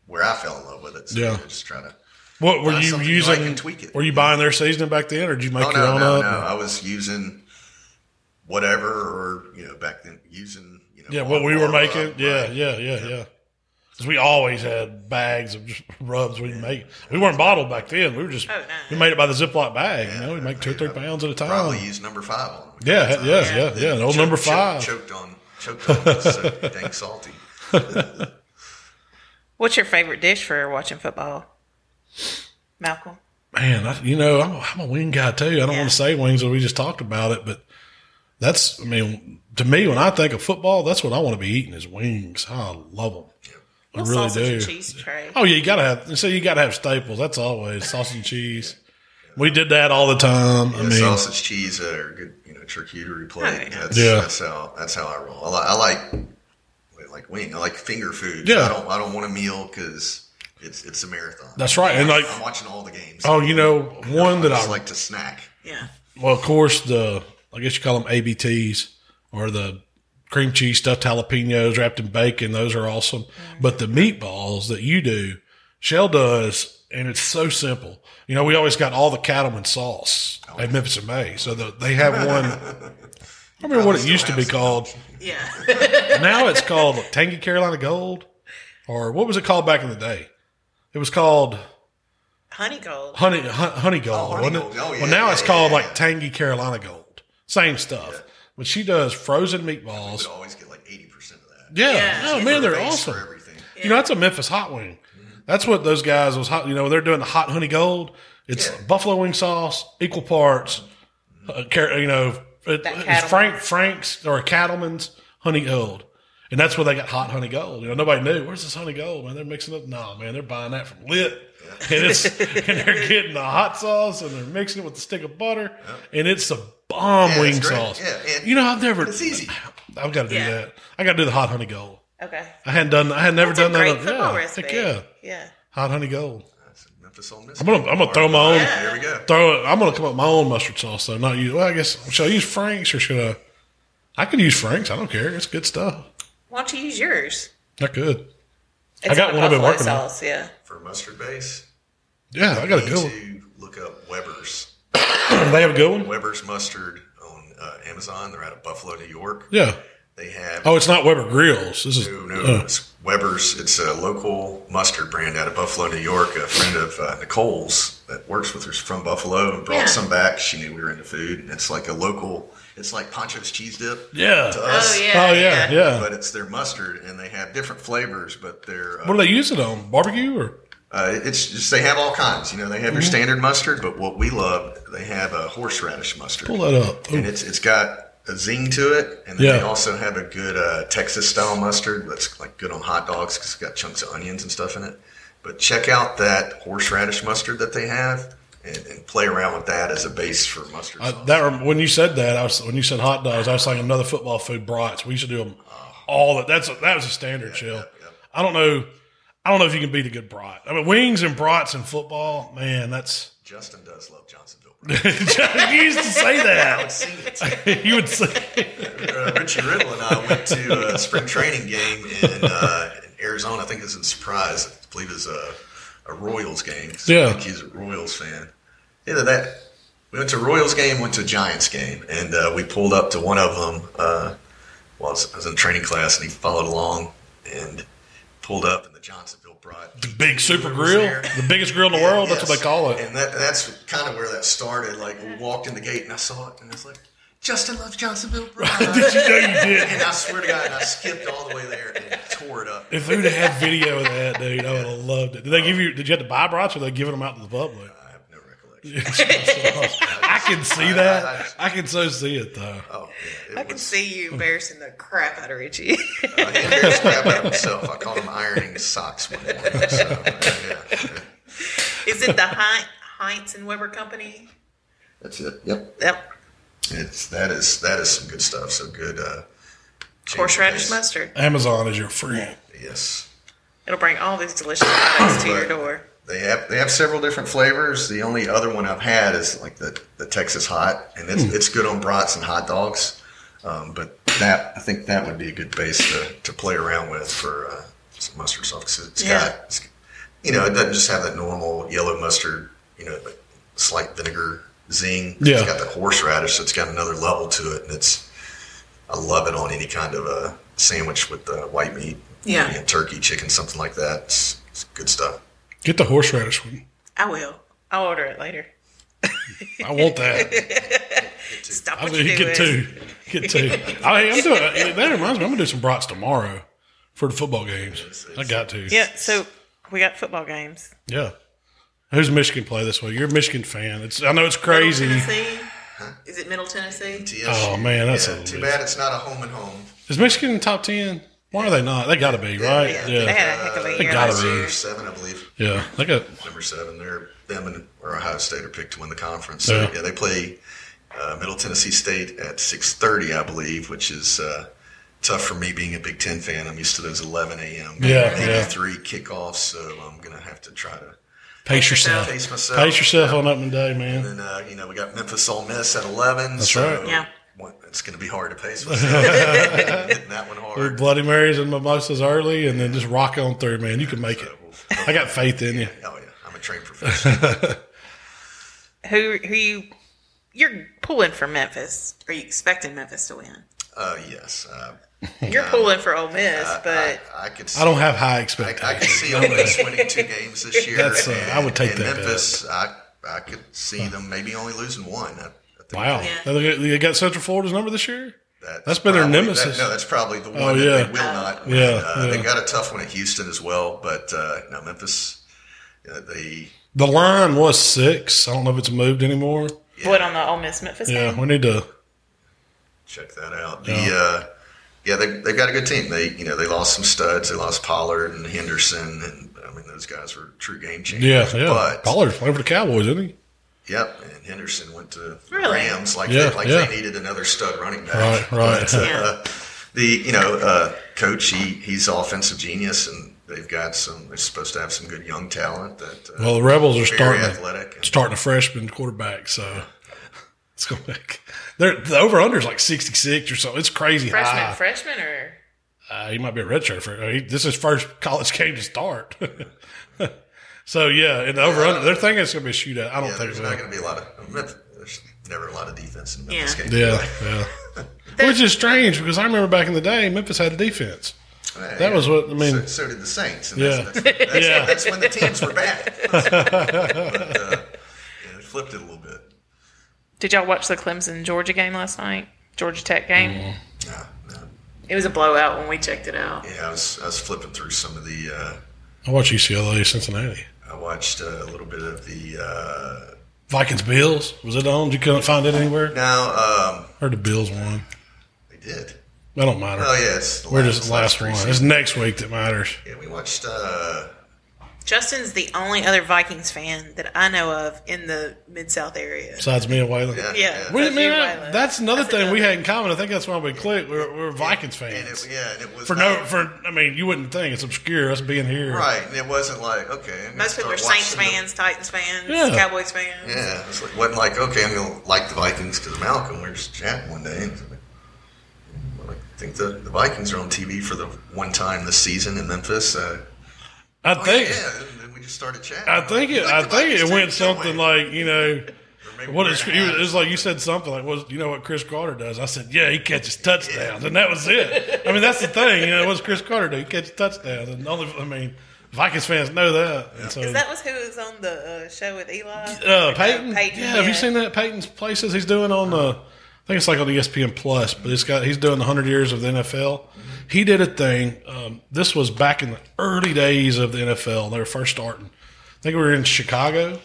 D: where I fell in love with it. So
B: Yeah.
D: I just try to.
B: What were
D: Find
B: you
D: something you
B: using?
D: like and tweak it.
B: Were you buying their seasoning back then, or did you make
D: Oh
B: your
D: no,
B: own
D: no,
B: up?
D: no! I was using whatever, or you know, back then using you know. uh,
B: Yeah, what we were
D: Marlboro,
B: making. Yeah,
D: right.
B: yeah, yeah, yeah. 'Cause we always had bags of just rubs we made. We weren't bottled back then. We were just
C: Oh, no.
B: we made it by the Ziploc bag. you know, we make two or three pounds at a time.
D: Probably used number five on them.
B: Oh. yeah, yeah, yeah, yeah,
D: They
B: An old
D: choked-
B: number
D: choked-
B: five.
D: Choked on, choked on. It's so dang salty.
C: What's your favorite dish for watching football, Malcolm?
B: Man, I, you know, I'm a, I'm a wing guy too. I don't
C: Yeah.
B: want to say wings, or we just talked about it, but that's. I mean, to me, when I think of football, that's what I want to be eating is wings. I love them. I
C: What
B: really
C: sausage and
B: do.
C: cheese tray.
B: Oh yeah, you gotta have. So you gotta have staples. That's always sausage and cheese. We did that all the time. I
D: Yeah,
B: mean,
D: sausage cheese uh, or good, you know, charcuterie plate.
C: yeah.
D: That's,
B: Yeah.
D: that's how that's how I roll. I, li- I like I like wing. I like finger food.
B: Yeah.
D: I don't I don't want a meal because it's it's a marathon.
B: that's right. And like,
D: I'm watching all the games.
B: oh, you know, one that
D: I
B: I
D: just like to snack.
C: Yeah.
B: well, of course, the I guess you call them ABTs or the cream cheese stuffed jalapenos wrapped in bacon. Those are awesome. But the meatballs that you do, Shell does, and it's so simple. You know, we always got all the cattleman sauce
D: Oh,
B: at Memphis and May, so the, they have one. I don't remember what it
D: still
B: used to
D: have
B: be
D: some.
B: called.
C: Yeah.
B: now it's called Tangy Carolina Gold, or what was it called back in the day? It was called
C: Honey gold.
B: Honey hun, Honey Gold,
D: Honey
B: wasn't
D: Gold.
B: it?
D: Oh, yeah,
B: well, now
D: yeah,
B: it's
D: yeah,
B: called
D: yeah.
B: like Tangy Carolina Gold. Same stuff, but she does frozen meatballs.
D: But I always get like eighty percent of that.
B: Yeah,
C: Yeah.
B: oh man, they're
D: Base for
B: awesome.
D: everything.
B: You know, that's a Memphis hot wing. That's what those guys was hot. You know, they're doing the hot honey gold. It's
D: Yeah.
B: buffalo wing sauce, equal parts. Uh, car- you know, it,
C: That
B: it's
C: Cattleman's.
B: Frank Frank's or Cattleman's honey gold, and that's where they got hot honey gold. You know, nobody knew where's this honey gold, man. They're mixing up. Nah, man, they're buying that from Lit, and it's and they're getting the hot sauce and they're mixing it with a stick of butter, and it's a bomb
D: Yeah, it's
B: wing
D: great.
B: sauce.
D: Yeah, and-
B: you know, I've never.
D: It's easy.
B: I've got to do
C: Yeah.
B: that. I got to do the hot honey gold.
C: Okay.
B: I hadn't done. I had never
C: That's a
B: done that.
C: great
B: on-
C: football
B: yeah,
C: recipe.
B: Heck yeah,
C: Yeah.
B: hot honey gold.
D: That's Memphis on
B: I'm gonna. I'm gonna throw my own.
D: Here we go.
B: Throw it. I'm gonna come up with my own mustard sauce though. Not use. Well, I guess should I use Frank's or should I? I could use Frank's. I don't care. It's good stuff.
C: Why don't you use yours?
B: I could.
C: It's
B: got
C: in a
B: one I've been
C: buffalo
B: working on.
C: sauce, Yeah.
D: for mustard base.
B: Yeah, I got a
D: need
B: good one.
D: to look up Weber's
B: They have a good one.
D: Weber's mustard on uh, Amazon. They're out of Buffalo, New York.
B: Yeah.
D: They have
B: Oh, it's not Weber Grills. This is uh,
D: No, no, it's Weber's. It's a local mustard brand out of Buffalo, New York. A friend of uh, Nicole's that works with her is from Buffalo and brought
C: Yeah.
D: some back. She knew we were into food. And it's like a local. It's like Poncho's cheese dip
B: yeah.
D: to
B: Oh
D: us.
C: Oh yeah.
B: yeah, yeah.
D: But it's their mustard, and they have different flavors. But they're
B: What
D: uh,
B: do they use it on? Barbecue or
D: uh, it's just they have all kinds. You know, they have
B: Mm-hmm.
D: your standard mustard, but what we love, they have a horseradish mustard,
B: pull that up?
D: and
B: Ooh.
D: it's it's got a zing to it. And then
B: Yeah.
D: they also have a good uh, Texas style mustard that's like good on hot dogs because it's got chunks of onions and stuff in it. But check out that horseradish mustard that they have, and, and play around with that as a base for mustard.
B: I,
D: sauce.
B: that rem- when you said that, I was when you said hot dogs, I was thinking another football food brats. We used to do them all that. That's a, that was a standard shell. I don't know. I don't know if you can beat a good brat. I mean, wings and brats in football, man, that's.
D: Justin does love Johnsonville.
B: you used to say that.
D: See it.
B: you would say,
D: uh, Richie Riddle and I went to a spring training game in, uh, in Arizona. I think it was in Surprise. I believe it was a, a Royals game. 'cause
B: Yeah.
D: I think he's a Royals fan. Either that. We went to a Royals game, went to a Giants game, and uh, we pulled up to one of them. Uh, while I was, I was in training class, and he followed along and pulled up, and the Johnsonville brought
B: the big super grill, the biggest grill in the world. That's what
D: Yes.
B: they call it.
D: And that, that's kind of where that started. Like, we walked in the gate and I saw it, and I was like, Justin loves Johnsonville Pride.
B: Did you know you did?
D: And I swear to God, and I skipped all the way there and tore it up.
B: If we would have had video of that, dude, I would have loved it. Did they give you? Did you have to buy brats, or they giving them out to the public?
D: I have no recollection.
B: I can see that. I can so see it though.
D: Oh, yeah, it
C: I can
D: was-
C: see you embarrassing the crap out of Richie.
D: Uh, he embarrassed the crap out of himself. I caught him ironing his socks one morning. So, uh, yeah.
C: Is it the Hein- Heinz and Weber Company?
D: That's it. Yep.
C: Yep.
D: It's that is that is some good stuff. So good. Uh, change
C: Horseradish
D: of pace.
C: mustard.
B: Amazon is your friend.
D: Yes.
C: It'll bring all these delicious products to your door.
D: They have they have several different flavors. The only other one I've had is like the, the Texas hot, and it's it's good on brats and hot dogs. Um, but that I think that would be a good base to, to play around with for uh, some mustard sauce. 'Cause it's
C: Yeah.
D: got it's, you know it doesn't just have that normal yellow mustard, you know, like slight vinegar zing.
B: Yeah.
D: It's got the horseradish, so it's got another level to it, and it's I love it on any kind of a sandwich with uh, white meat,
C: Yeah.
D: maybe a turkey, chicken, something like that. It's, it's good stuff.
B: Get the horseradish one.
C: I will. I'll order it later.
B: I want that.
C: Stop
B: I'm
C: what
B: gonna
C: you do
B: get
C: is-
B: two. Get two. I, am doing. That reminds me. I'm gonna do some brats tomorrow for the football games. I got to.
C: Yeah, so we got football games.
B: Yeah. Who's Michigan play this way? You're a Michigan fan. It's. I know it's crazy.
C: Middle Tennessee? Is it Middle Tennessee?
D: TSU.
B: Oh man, that's
D: Yeah,
B: a
D: too
B: little-
D: bad it's not a home and home.
B: Is Michigan in top ten? Why are they not? They gotta be right.
C: Yeah, they
B: Yeah.
C: had a heck of a
B: They
C: year
B: gotta
C: last
B: be.
C: year.
D: Seven, I believe.
B: Yeah. They got.
D: Number seven. They're them and or Ohio State are picked to win the conference. So,
B: Yeah.
D: yeah. they play uh, Middle Tennessee State at six thirty, I believe, which is uh, tough for me being a Big Ten fan. I'm used to those eleven a.m.
B: Yeah,
D: maybe
B: yeah.
D: three kickoffs. So I'm gonna have to try to
B: Pace yourself.
D: pace myself.
B: Pace yourself on opening day, man.
D: And then uh, you know we got Memphis Ole Miss at eleven. That's
B: right.
C: Yeah.
D: It's going to be hard to pace myself. Hitting that one hard.
B: Bloody Marys and mimosas early, and then just rock on through, man. You can make it. I got faith in you.
D: Oh yeah, I'm a trained professional.
C: Who who you you're pulling for Memphis? Are you expecting Memphis to win?
D: uh, yes, uh,
C: You're pulling for Ole Miss, but
D: I could. See,
B: I
D: I,
B: don't have high
D: I could
B: expectations.
D: see Ole Miss winning two games this year.
B: That's, uh, I would take
D: and
B: that bet.
D: Memphis, I I could see them maybe only losing one. I, I think
B: Wow,
C: Yeah.
B: they, got, they got Central Florida's number this year.
D: That's,
B: That's been their
D: probably-
B: nemesis.
D: that- no, that's probably the one
B: Oh,
D: that
B: yeah.
D: they will not.
B: Yeah,
D: win. uh,
B: yeah.
D: They got a tough one at Houston as well, but uh, no, Memphis. Uh, they
B: The line was six. I don't know if it's moved anymore.
C: what on the Ole Miss Memphis game?
B: Yeah, we need to.
D: check that out. The uh, yeah, they they've got a good team. They you know they lost some studs. They lost Pollard and Henderson, and I mean those guys were true game
B: Yeah,
D: changers.
B: yeah.
D: But
B: Pollard's playing for the Cowboys, isn't he?
D: yep, and Henderson went to the
C: Really?
D: Rams like
B: Yeah,
D: they, like
B: yeah.
D: they needed another stud running
B: Right,
D: back.
B: right.
D: But,
C: Yeah.
D: uh, the you know uh, coach he he's offensive genius and. They've got some. They're supposed to have some good young talent. That uh,
B: Well, the Rebels are
D: very
B: starting
D: athletic. And,
B: starting a freshman quarterback, so it's going. to They're the over under is like sixty six or something. It's crazy
C: Freshman,
B: high.
C: freshman, or
B: uh, he might be a redshirt for uh, he, this is his first college game to start. so yeah, and the over under they're thinking it's gonna be a shootout. I don't
D: Yeah,
B: think
D: there's
B: so.
D: not going to be a lot of. Memphis, there's never a lot of defense in Memphis
C: Yeah.
D: games.
B: Yeah, yeah. Which is strange because I remember back in the day, Memphis had a defense.
D: That
B: was what- I mean-
D: Uh, So, so did the Saints. And
B: Yeah.
D: that's, that's, that's,
B: Yeah.
D: that's when the teams were bad. but, uh, yeah, it flipped it a little bit.
C: Did y'all watch the Clemson Georgia game last night? Georgia Tech game.
B: Mm-hmm.
D: Yeah, no.
C: It was a blowout when we checked it out.
D: yeah. I was I was flipping through some of the. Uh,
B: I watched UCLA Cincinnati.
D: I watched uh, a little bit of the. Uh,
B: Vikings Bills was it on? You couldn't find it anywhere.
D: now um,
B: Heard the Bills won.
D: they did.
B: That don't matter.
D: Oh yeah, it's the
B: We're
D: last,
B: just the last one.
D: preseason.
B: It's next week that matters.
D: Yeah, we watched. Uh,
C: Justin's the only other Vikings fan that I know of in the Mid South area.
B: Besides me and Waylon.
D: yeah,
C: Yeah.
B: We,
C: That's
B: man,
C: you,
B: I-
C: Waylon.
B: that's another
C: That's
B: thing we
C: another-
B: had in common. I think that's why we clicked. We're, we're Vikings fans.
D: And it, yeah, and it was
B: for no,
D: not-
B: for I mean, you wouldn't think it's obscure us being here.
D: right. And it wasn't like okay. I'm gonna
C: Most people are
D: start
C: Saints
D: watching the-
C: fans, Titans fans,
B: Yeah.
C: Cowboys fans.
D: Yeah, it was like, wasn't like okay, I'm gonna like the Vikings because Malcolm. We were just chatting one day. And it's like, well, I think the, the Vikings are on TV for the one time this season in Memphis. Uh,
B: I
D: oh,
B: think.
D: yeah, and then we just started chatting.
B: I think it.
D: Like
B: I
D: the
B: think
D: Vikings
B: it went
D: too, don't
B: something
D: we?
B: like you know.
D: Or maybe
B: What
D: we're
B: is
D: gonna have-
B: it was like you said something like what you know what Chris Carter does? I said yeah he catches touchdowns and that was it. I mean that's the thing you know what's Chris Carter do? He catches touchdowns and only I mean Vikings fans know that. And so
C: Because that was who was on the uh, show with Eli.
B: uh, Peyton?
C: Uh, Peyton,
B: yeah, have you
C: yeah.
B: seen that Peyton's places he's doing on uh I think it's like on ESPN Plus, but it's got he's doing the hundred years of the NFL. He did a thing. Um, this was back in the early days of the NFL. They were first starting. I think we were in Chicago.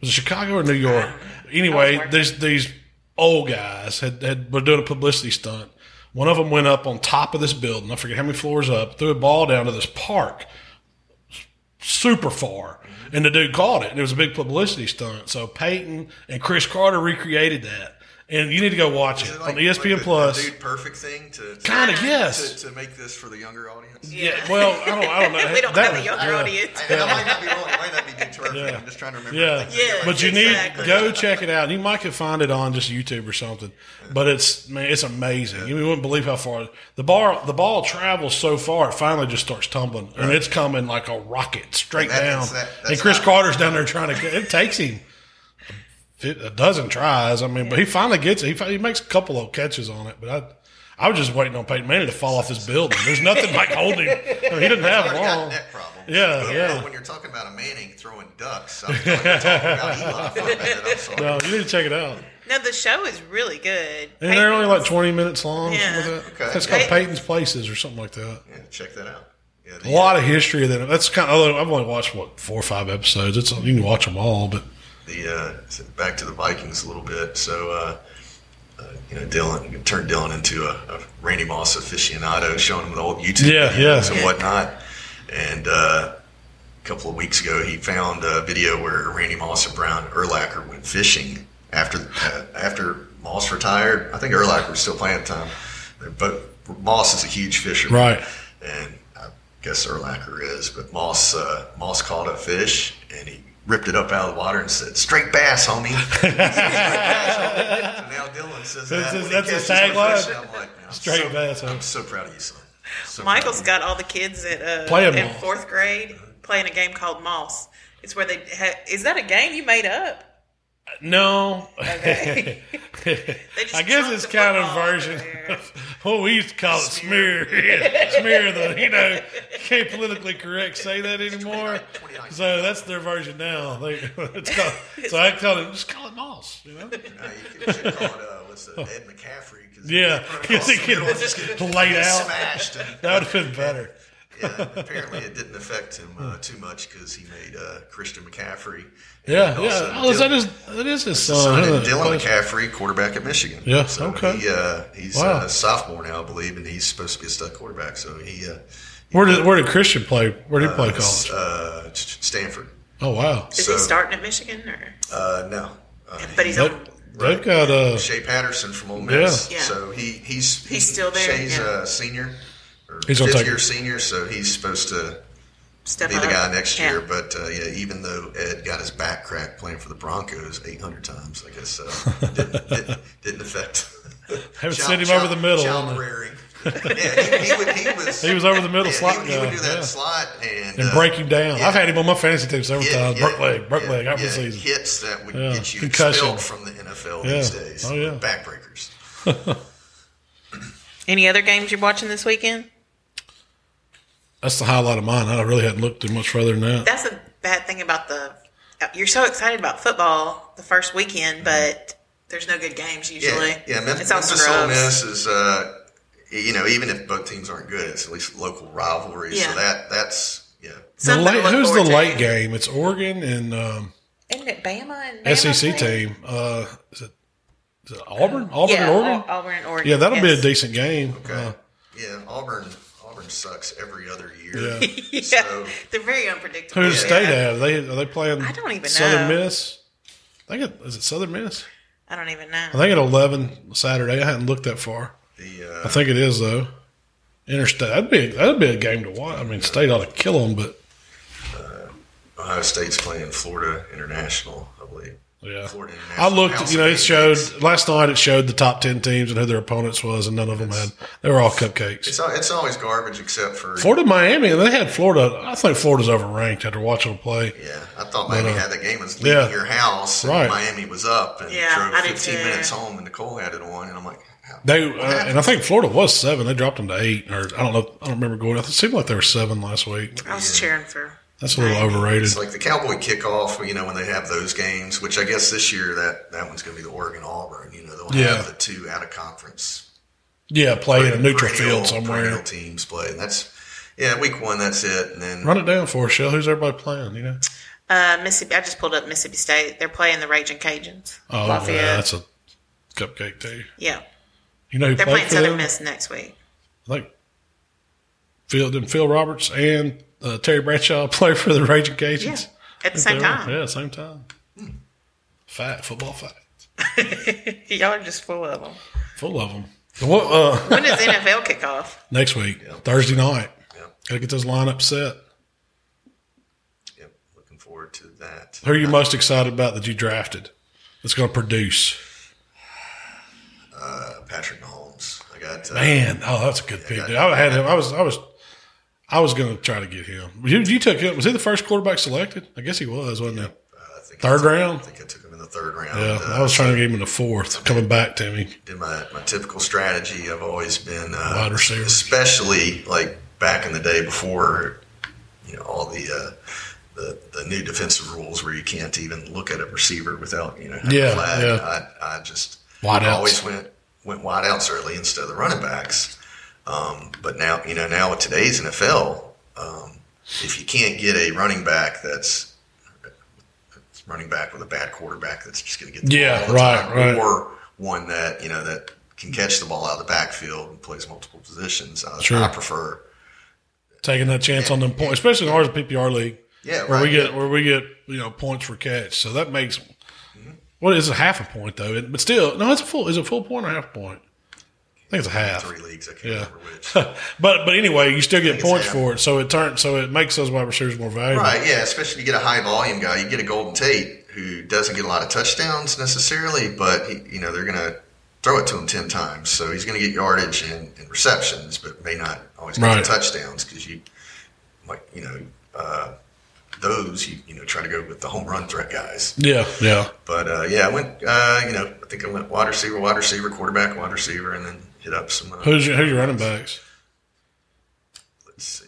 B: Was it Chicago or New York? Anyway,
C: working.
B: these these old guys had, had were doing a publicity stunt. One of them went up on top of this building. I forget how many floors up. Threw a ball down to this park super far. And the dude caught it. And it was a big publicity stunt. So Peyton and Chris Carter recreated that. And you need to go watch it,
D: Is it like-
B: on E ESPN
D: like the-
B: Plus.
D: the dude, perfect thing to, to
B: Kinda,
D: to-
B: yes.
D: to, to make this for the younger audience.
B: yeah. well, I don't, I don't know.
C: we don't
B: That
C: have a
B: was-
C: younger
B: yeah.
C: audience.
D: I, I might not be wrong. It might not be dude terrific. I'm just trying to remember. the
B: Yeah,
D: things
C: Yeah.
D: that-
B: but you
C: exactly.
B: need go check it out. You might can find it on just YouTube or something. But it's man, it's amazing. You wouldn't believe how far the bar the ball travels so far. It finally just starts tumbling, and it's coming like a rocket straight
D: That-
B: down.
D: that's- that-
B: and
D: that's
B: Chris
D: not-
B: Carter's down there trying to. get It takes him a fit- a dozen tries. I mean, but he finally gets it. He, fi- he makes a couple of catches on it, but I. I was just waiting on Peyton Manning to fall off this building. There's nothing like holding. I mean, he didn't have
D: already got
B: long.
D: neck problems.
B: Yeah,
D: But,
B: yeah.
D: uh, When you're talking about a Manning throwing ducks, I'm talking, talking about Eli for a minute. I'm sorry.
B: No, you need to check it out.
C: No, the show is really good.
B: And they're only like
C: Peyton's-
B: 20 minutes long. or something
C: Yeah.
B: Like that.
D: Okay.
B: It's called
C: Peyton-
B: Peyton's Places or something like that.
D: Yeah, check that out. Yeah, the, uh,
B: A lot of history. of that. That's kind of, I've only watched, what, four or five episodes. It's You can watch them all, but
D: the uh, back to the Vikings a little bit. So, uh, uh, you know, Dylan you turned Dylan into a, a Randy Moss aficionado, showing him the old YouTube
B: Yeah,
D: videos
B: yeah.
D: and whatnot. And uh, a couple of weeks ago, he found a video where Randy Moss and Brown Erlacher went fishing after uh, after Moss retired. I think Erlacher was still playing at the time, but Moss is a huge fisherman,
B: Right.
D: And I guess Erlacher is, but Moss uh, Moss caught a fish and he ripped it up out of the water and said, "Straight bass, homie." Straight bass, homie. now Dylan says that.
B: That's his-
D: when he
B: that's his
D: catches a fish,
B: tagline.
D: I'm like, "Man, I'm
B: Straight
D: so,
B: bass, homie."
D: I'm so proud of you, son. So proud
C: Michael's
D: of you.
C: got all the kids at uh,
B: Play 'em
C: in
B: all.
C: fourth grade playing a game called Moss. It's where they ha- is that a game you made up?
B: no.
C: Okay. just
B: I guess
C: chuck
B: it's
C: the
B: kind of
C: football over
B: version
C: there.
B: of what Oh, we used to call it smear. Yeah, smear the, you know, you can't politically correct say that anymore.
D: 29.
B: So that's their version now. They, it's called, so I call it, just call it Moss, you know?
D: Uh, you could- we should call it, uh, what's it, Ed McCaffrey. Cause
B: Yeah, because
D: because
B: it gets laid out.
D: Smashed. And,
B: That would have been better.
D: yeah, apparently it didn't affect him uh, too much because he made uh, Christian McCaffrey. and
B: Yeah,
D: also
B: yeah. Oh, is
D: Dylan-
B: that his, that is his son.
D: son,
B: huh?
D: and Dylan McCaffrey, quarterback at Michigan.
B: Yeah,
D: So
B: okay.
D: He, uh, he's
B: Wow.
D: uh, a sophomore now, I believe, and he's supposed to be a stud quarterback. So he, uh,
B: Where did where did Christian play? Where did he play college?
D: he's, uh, Stanford.
B: Oh wow,
C: Is he
D: So-
C: starting at Michigan or?
D: Uh, no, uh,
C: But he's
B: They-
C: on.
B: they've got uh
D: Shea Patterson from Ole Miss.
C: Yeah. Yeah.
D: So he, he's he-
C: He's still there,
D: Shea's
C: yeah.
D: a senior, or
B: He's gonna
D: fifth
B: take-
D: year senior, so he's supposed to
C: Step
D: be the
C: up.
D: guy next
C: Uh-huh. Yeah.
D: year. But uh, yeah, even though Ed got his back cracked playing for the Broncos 800 times, I guess uh, didn't, didn't, didn't affect.
B: Haven't
D: Child-
B: sent him over
D: child-
B: the middle,
D: Child
B: haven't they?
D: rearing. yeah, he, he, would, he was
B: He was over the middle
D: yeah,
B: slot
D: He, he
B: guy,
D: would do that
B: yeah.
D: slot and
B: and
D: uh,
B: break you down.
D: yeah.
B: I've had him on my fantasy team several
D: yeah,
B: times.
D: yeah,
B: broke leg, broke
D: yeah,
B: leg, out for
D: yeah,
B: the season.
D: Hits that would
B: Yeah,
D: get you
B: concussion.
D: expelled from the NFL these
B: Yeah.
D: days.
B: Oh, yeah.
D: backbreakers.
C: Any other games you're watching this weekend?
B: That's the highlight of mine. I really hadn't looked too much further than that.
C: That's a bad thing about the. You're so excited about football the first weekend, but there's no good games usually.
D: Mm-hmm. Yeah, yeah. Mem-
C: it's all
D: Memphis Ole
C: scrubs.
D: Miss is, uh, you know, even if both teams aren't good, it's at least local rivalries.
C: Yeah.
D: So that that's yeah.
B: The
C: Something to
B: late,
C: look
B: who's the
C: forward to.
B: late game? It's Oregon and um,
C: Isn't it Bama and Bama
B: SEC
C: playing?
B: E team. Uh, is, it, is it Auburn? Auburn
C: Yeah,
B: and Oregon?
C: Au- Auburn and Oregon.
B: Yeah, that'll
C: yes.
B: be a decent game.
D: Okay.
B: Uh,
D: yeah, Auburn. Auburn sucks every other year.
B: yeah.
C: Yeah,
D: So-
C: they're very unpredictable.
B: Who's
C: Yeah.
B: state have? Are they are they playing?
C: I don't even
B: Southern
C: know.
B: Miss. I think it, is it Southern Miss.
C: I don't even know.
B: I think at eleven Saturday. I hadn't looked that far.
D: The uh,
B: I think it is though. Interstate. That'd be that'd be a game to watch. I mean, state ought to kill them, but
D: Ohio State's playing Florida International, I believe.
B: yeah.
D: Florida
B: I
D: International.
B: looked.
D: House
B: You know,
D: of
B: it showed
D: Pancakes.
B: last night. It showed the top ten teams and who their opponents was, and none of them had. They were all cupcakes.
D: It's, al- it's always garbage except for
B: Florida, Miami, and they had Florida. I think Florida's overranked after watching them play.
D: Yeah, I thought Miami
B: uh,
D: had that game. It was leaving
B: yeah.
D: your house, and
B: Right.
D: Miami was up, and
C: Yeah, I
D: drove
C: did
D: 15
C: too.
D: minutes home, and Nicole had it on, and I'm like, how-
B: They uh, and I think Florida was seven. They dropped them to eight, or I don't know. I don't remember going. It seemed like they were seven last week.
C: I was cheering for.
B: That's a little overrated.
D: it's like the Cowboy kickoff. You know, when they have those games, which I guess this year that that one's going to be the Oregon Auburn. You know, they'll
B: Yeah.
D: have the two out of conference
B: Yeah, play in a neutral
D: perennial-
B: field somewhere.
D: perennial teams play. And that's yeah, week one. That's it, and then
B: Run it down for us, Shell. Who's everybody playing? You know.
C: Uh, Mississippi. I just pulled up Mississippi State. They're playing the Raging Cajuns.
B: Oh,
C: Lafayette.
B: yeah, that's a cupcake too.
C: yeah.
B: You know who
C: They're
B: played
C: playing
B: for
C: Southern
B: them?
C: Miss next week.
B: I think Phil didn't Phil Roberts and uh, Terry Bradshaw play for the Raging
C: Yeah.
B: Cajuns
C: At the
B: I
C: same
B: think they were.
C: time.
B: Yeah, same time. Fat football fight,
C: Y'all are just full of them.
B: full of them. What uh,
C: When does NFL kick off?
B: next week? Thursday night.
D: Yeah.
B: Gotta get those lineups set.
D: Yep, looking forward to that.
B: Who are you most excited about that you drafted? That's going to produce.
D: Uh, Patrick Mahomes. I got uh,
B: Man, oh, that's a good pick. Dude. I had him. I was, I was, I was going to try to get him. You, you took him. Was he the first quarterback selected? I guess he was, wasn't he?
D: I think I
B: Third
D: took-
B: round.
D: I think I took him in the third round.
B: Yeah,
D: Uh,
B: I was trying to get him in the fourth. Coming back to me,
D: did my, my typical strategy. I've always been uh,
B: Wide receiver.
D: especially like back in the day before you know all the uh, the, the new defensive rules where you can't even look at a receiver without you know having a
B: Yeah,
D: flag.
B: yeah.
D: I, I just
B: Wide
D: I
B: outs.
D: always went went wide outs early instead of the running backs. Um, but now you know now with today's NFL, um, if you can't get a running back that's running back with a bad quarterback that's just going to get the
B: Yeah,
D: ball all the
B: right, right.
D: or one that you know that can catch the ball out of the backfield and plays multiple positions. I,
B: Sure.
D: I prefer.
B: taking that chance on them points, especially in ours PPR league,
D: Yeah,
B: where
D: right.
B: we get where we get you know points for catch. So that makes what is it, half a point though, It- but still, no, it's a full. Is it a full point or half point? I think it's a half.
D: three leagues. I can't
B: Yeah.
D: remember which.
B: But but anyway, you still get
D: it's
B: points
D: half.
B: for it, so it turns so it makes those wide receivers more valuable.
D: right? Yeah, especially you get a high volume guy. You get a Golden Tate who doesn't get a lot of touchdowns necessarily, but he, you know they're going to throw it to him ten times, so he's going to get yardage and, and receptions, but may not always get
B: Right.
D: the touchdowns because you, like you know, uh, those you you know try to go with the home run threat guys.
B: Yeah, yeah.
D: But uh, yeah, I went. Uh, you know, I think I went wide receiver, wide receiver, quarterback, wide receiver, and then hit up some. Uh,
B: Who's your, who's your running backs?
D: Let's see.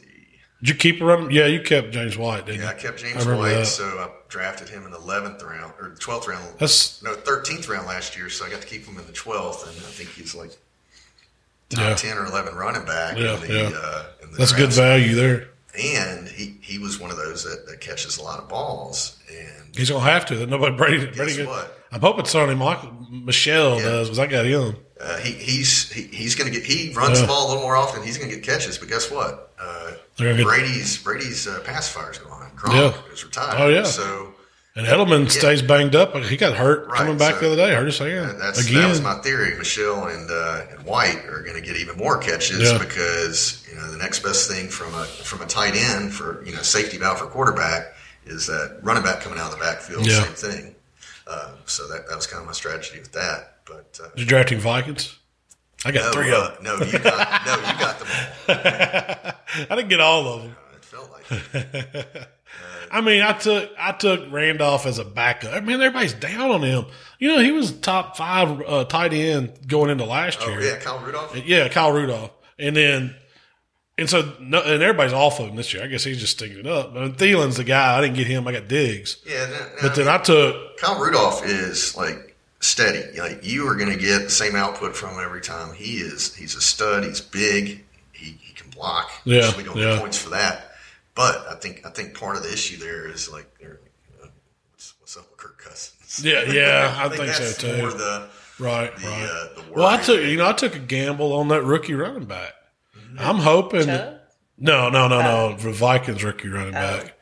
B: Did you keep running? Yeah, you kept James White, didn't
D: Yeah, I
B: you?
D: kept
B: I
D: James
B: remember
D: White,
B: that.
D: so I drafted him in the eleventh round or twelfth round.
B: That's
D: no, thirteenth round last year, so I got to keep him in the twelfth, and I think he's like
B: yeah,
D: ten or eleven running back.
B: Yeah,
D: in the,
B: yeah.
D: Uh, in the
B: that's good
D: draft.
B: value there.
D: And he, he was one of those that, that catches a lot of balls, and
B: He's gonna have to. Nobody Brady. Brady good.
D: what?
B: I'm hoping Sonny Michael Michelle
D: Yeah.
B: does because I got him.
D: uh, he, he's he, he's going to get he runs
B: Yeah.
D: the ball a little more often. He's going to get catches, but guess what? Uh,
B: They're gonna get-
D: Brady's Brady's uh, pacifier is gone. Gronk
B: Yeah.
D: is retired.
B: Oh, yeah.
D: So
B: And Edelman stays banged up. He got hurt
D: Right,
B: coming back
D: so-
B: the other day. Hurt his hand
D: that- uh, that's
B: again.
D: that was my theory. Michelle and uh, and White are going to get even more catches
B: Yeah.
D: because you know the next best thing from a from a tight end for you know safety valve for quarterback is that running back coming out of the backfield.
B: Yeah.
D: Same Um, thing. Uh, so that, that was kind of my strategy with that. But uh,
B: You're drafting Vikings. I got
D: No,
B: three
D: uh,
B: of them.
D: no, you got, no, you got them all.
B: I didn't get all of them.
D: It felt like it.
B: I mean, I took I took Randolph as a backup. I mean, everybody's down on him. You know, he was top five uh, tight end going into last
D: Oh,
B: year.
D: yeah, Kyle Rudolph.
B: Yeah, Kyle Rudolph, and then and so no, and everybody's off of him this year. I guess he's just stinking it up. But Thielen's the guy. I didn't get him. I got Diggs.
D: Yeah, no, no,
B: But then I took
D: Kyle Rudolph is like steady. Like you are going to get the same output from him every time. He is he's a stud. He's big. He, he can block.
B: Yeah,
D: we don't
B: yeah.
D: get points for that. But I think I think part of the issue there is like they're, you know, what's, what's up with Kirk Cousins?
B: Yeah, yeah, I think so,
D: that's
B: too.
D: More the
B: right,
D: the,
B: right.
D: uh, the
B: well, I
D: worry
B: took
D: there.
B: you know I took a gamble on that rookie running back.
D: Mm-hmm.
B: I'm hoping.
C: Chubb?
B: No, no, no, no. The Vikings rookie running back,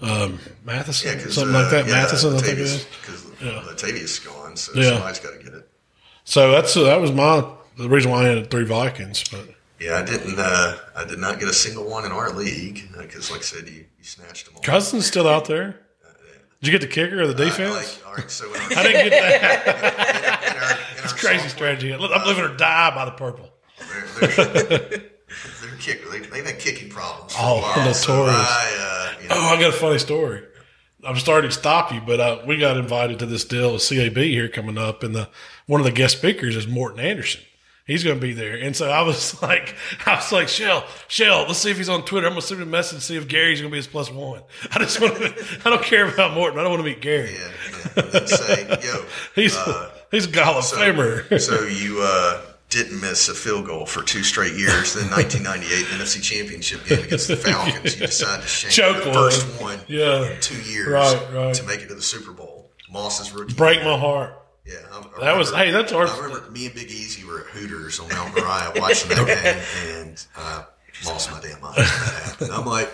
B: um, Matheson, something
D: uh,
B: like that. Matheson, I think it is.
D: Because Latavius is gone, so
B: Yeah.
D: somebody's got to get it.
B: So that's that was my the reason why I had three Vikings. But
D: Yeah, I didn't. Uh, I did not get a single one in our league because, like I said, you, you snatched them all.
B: Cousins still out there. Did you get the kicker or the defense?
D: Uh, Like, all right, so in our,
B: I didn't get that
D: in our, in our
B: crazy
D: software,
B: strategy. Look, I'm living or die by the purple.
D: They're, they're, they're kick, they, they've had kicking problems. For
B: Oh,
D: a while, So
B: notorious.
D: I, uh, you know,
B: Oh, I got a funny story. I'm starting to stop you, but uh, we got invited to this deal with CAB here coming up, and the one of the guest speakers is Morton Anderson. He's going to be there, and so I was like, I was like, Shell, Shell, let's see if he's on Twitter. I'm going to send him a message to see if Gary's going to be his plus one. I just want to, I don't care about Morton. I don't want to meet Gary.
D: yeah, yeah. And then say, yo,
B: He's he's a Hall of Famer.
D: so you uh, didn't miss a field goil for two straight years. Then 1998 NFC Championship game against the Falcons, you decided to shank
B: Choke
D: the first
B: one.
D: one
B: Yeah.
D: in two years
B: Right, right.
D: to make it to the Super Bowl. Moss's rookie
B: Break
D: year.
B: my heart.
D: Yeah, I, I
B: That was- hey, that's our-
D: I remember me and Big Easy were at Hooters on Mount Moriah watching that game, and I lost my damn mind. And I'm like,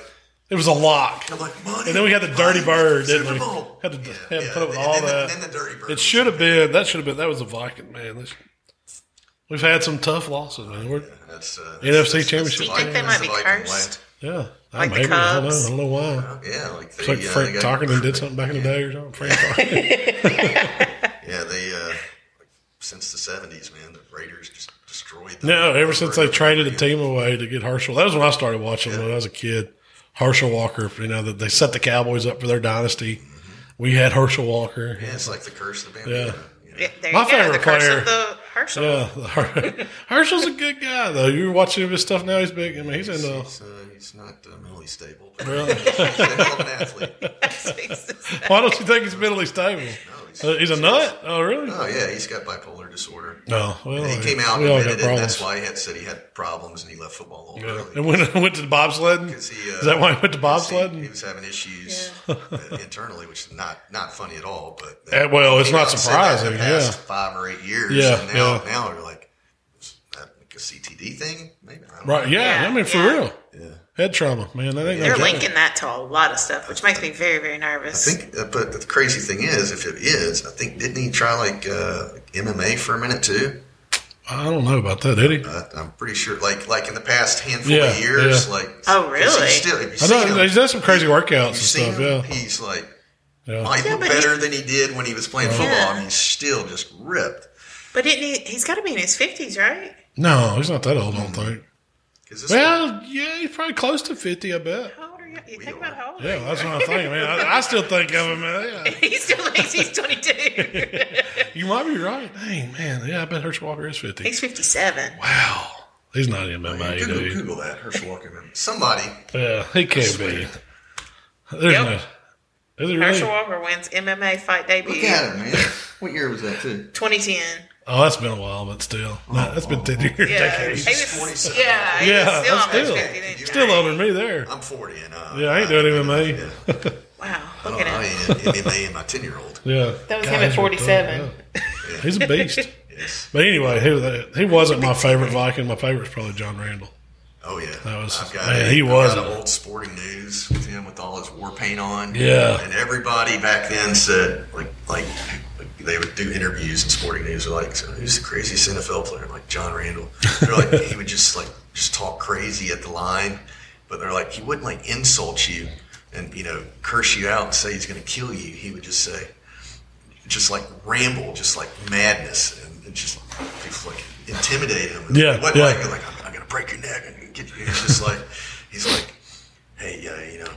B: It was a lock.
D: I'm like, money.
B: And then we had the Dirty
D: money,
B: Bird, didn't
D: Super
B: we?
D: Bowl.
B: Had to,
D: Yeah,
B: had to
D: yeah.
B: put up with
D: And
B: all
D: then the-
B: that.
D: then the Dirty Bird
B: It
D: was
B: should have been. That should have been. That was a Viking man. This- we've had some tough losses, man. We're,
D: That's, uh,
B: NFC
D: that's- that's
B: Championship
D: the
B: You think
D: Viking-
C: they
D: that's
C: might
D: the
C: be
D: Viking way.
C: cursed?
B: yeah, I
C: Like the
B: maybe I don't know.
C: Cubs.
B: I don't know why.
D: Yeah, like they,
B: It's like
D: uh,
B: Frank
D: they got-
B: Tarkenton did something back in the day or something. Frank Tarkenton.
D: Yeah, they uh, like, since the '70s, man, the Raiders just destroyed. Them.
B: no, ever since they
D: Raiders.
B: traded the team away to get Herschel, that was when I started watching when I was a kid. Herschel Walker, you know, that they set the Cowboys up for their dynasty. We had Herschel Walker.
D: Yeah, it's like the curse of the Bambino. Yeah.
C: Yeah, there
B: My
C: you go.
B: favorite
C: the curse
B: player-
C: of the Herschel.
B: Yeah, Herschel's a good guy though. You're watching his stuff now. He's big. I mean, he's in. Uh,
D: He's, uh, he's not uh, mentally stable. But he's a hell of an athlete.
B: why don't you think he's mentally stable? Uh, he's a nut. Oh, really?
D: Oh yeah, he's got bipolar disorder.
B: No. Well,
D: He came
B: Oh,
D: out
B: we
D: and
B: all
D: admitted
B: got
D: it. That's
B: problems.
D: why he had said he had problems and he left football a little
B: Yeah.
D: early.
B: And went went to the bobsledding.
D: 'Cause he, uh,
B: Is that why he went to
D: 'cause he-
B: bobsledding?
D: He, was having issues uh, internally, which is not not funny at all. But
B: Eh, well, it's
D: he came
B: not
D: out and said that in
B: surprising,
D: The past
B: yeah.
D: five or eight years.
B: Yeah,
D: and now
B: yeah.
D: now you're like, is that like a CTD thing? Maybe I don't
B: right.
D: Know.
B: Yeah,
C: Yeah,
B: I mean, for
C: yeah.
B: real.
D: Yeah.
B: Head trauma, man. That ain't no
C: They're
B: joke.
C: linking that to a lot of stuff, which makes me very, very nervous.
D: I think, uh, but the crazy thing is, if it is, I think didn't he try like uh, MMA for a minute too?
B: I don't know about that, did he?
D: Uh, I'm pretty sure, like like in the past handful
B: Yeah,
D: of years,
B: yeah.
D: like
C: Oh,
D: 'cause
C: really?
D: he's Still, have you
B: I
D: seen
B: know
D: him?
B: he's done some crazy workouts and
D: You've seen
B: stuff.
D: him?
B: Yeah.
D: He's like
B: Yeah.
D: might
C: Yeah,
D: look
C: but he-
D: better than he did when he was playing football,
C: Yeah.
D: and he's still just ripped.
C: But didn't he, he's got to be in his 50s, right?
B: No, he's not that old. I don't
D: Mm-hmm.
B: think.
D: 'Cause this
B: Well, yeah, he's probably close to fifty. I bet.
C: How old are you? You
D: We
C: think
D: are.
C: about how old?
B: Yeah, that's what I think, man. I, I still think of him. Man. Yeah.
C: He still thinks he's 22.
B: You might be right. Dang, man. Yeah, I bet Herschel Walker is 50.
C: he's 57.
B: Wow. He's not in MMA,
D: Google,
B: dude.
D: Google that Herschel Walker. man. Somebody,
B: Yeah, he can't be. There's
C: Yep.
B: no. Is it really?
C: Herschel Walker wins MMA fight
D: look
C: debut.
D: at him, man. What year was that, too?
C: 2010.
B: Oh, that's been a while, but still. No, that's been 10 years.
C: Yeah, he
B: decades.
D: He's
C: was,
D: 47.
C: yeah, he
B: Yeah,
C: was still
B: that's
C: almost
B: still-
C: 50. didn't he?
B: Still older than me there.
D: I'm 40, and uh,
B: Yeah, I ain't doing MMA.
D: Yeah.
C: Wow,
D: I
C: look
D: don't know.
C: at him.
D: I ain't in MMA and my 10 year old.
B: Yeah.
C: That was
B: God,
C: him at
B: he's
C: 47.
B: ripped up, yeah. He's a beast.
D: Yes.
B: But anyway, he, he wasn't my favorite Viking. My favorite's probably John Randall.
D: Oh, yeah.
B: That was-
D: I've got,
B: man,
D: a-
B: he
D: I've
B: was
D: got
B: a-
D: an old sporting news with him with all his war paint on.
B: Yeah.
D: And everybody back then said, like, like, like, they would do interviews in sporting news. They're like, so who's the craziest NFL player? I'm like, John Randall. They're like, he would just, like, just talk crazy at the line. But they're like, he wouldn't, like, insult you and, you know, curse you out and say he's going to kill you. He would just say, just like ramble, just like madness, and it's just people like intimidate him.
B: Yeah,
D: It wasn't
B: yeah.
D: like, like, I'm, I'm going to break your neck. And get you. It's just like, he's like, hey, uh, you know,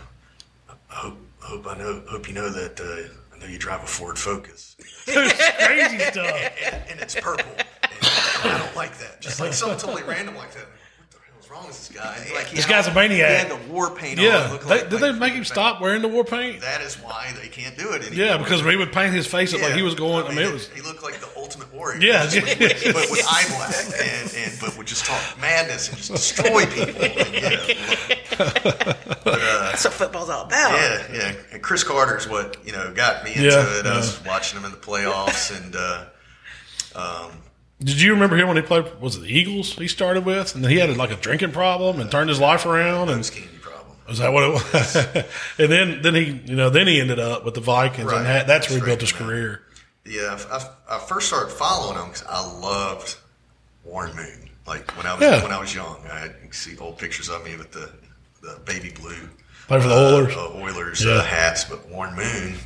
D: I hope, I hope I know, hope you know that uh, I know you drive a Ford Focus
B: Crazy stuff.
D: and, and it's purple. And I don't like that. Just like something totally random like that. What the hell is wrong with this guy? Like he
B: This
D: had
B: guy's
D: all-
B: a maniac.
D: He had the war paint on.
B: Yeah.
D: It looked
B: They,
D: like-
B: did
D: like
B: they make him
D: freaking-
B: stop wearing the war paint?
D: That is why they can't do it anymore.
B: Yeah, because we would paint his face up like
D: Yeah.
B: he was going. I mean, it was.
D: He looked like the ultimate warrior.
B: Yeah.
D: Just like- but with eye black and, and but would just talk madness and just destroy people. And, yeah,
C: That's what football's all about.
D: yeah, yeah. And Chris Carter's what you know got me into
B: Yeah,
D: it. I was watching him in the playoffs, and uh,
B: Did you remember him when he played? Was it the Eagles he started with? And then he had like a drinking problem and turned his life around.
D: it was
B: And
D: candy problem.
B: was that what it was? and then, then he, you know, then he ended up with the Vikings,
D: Right.
B: and that, that's where he built
D: That's right.
B: his career.
D: Yeah, I, I, I first started following him because I loved Warren Moon. Like when I was
B: Yeah.
D: when I was young, I had, you can see old pictures of me with the, the baby blue.
B: Played for the
D: uh,
B: Oilers.
D: uh, Oilers
B: Yeah.
D: uh, hats, but Warren Moon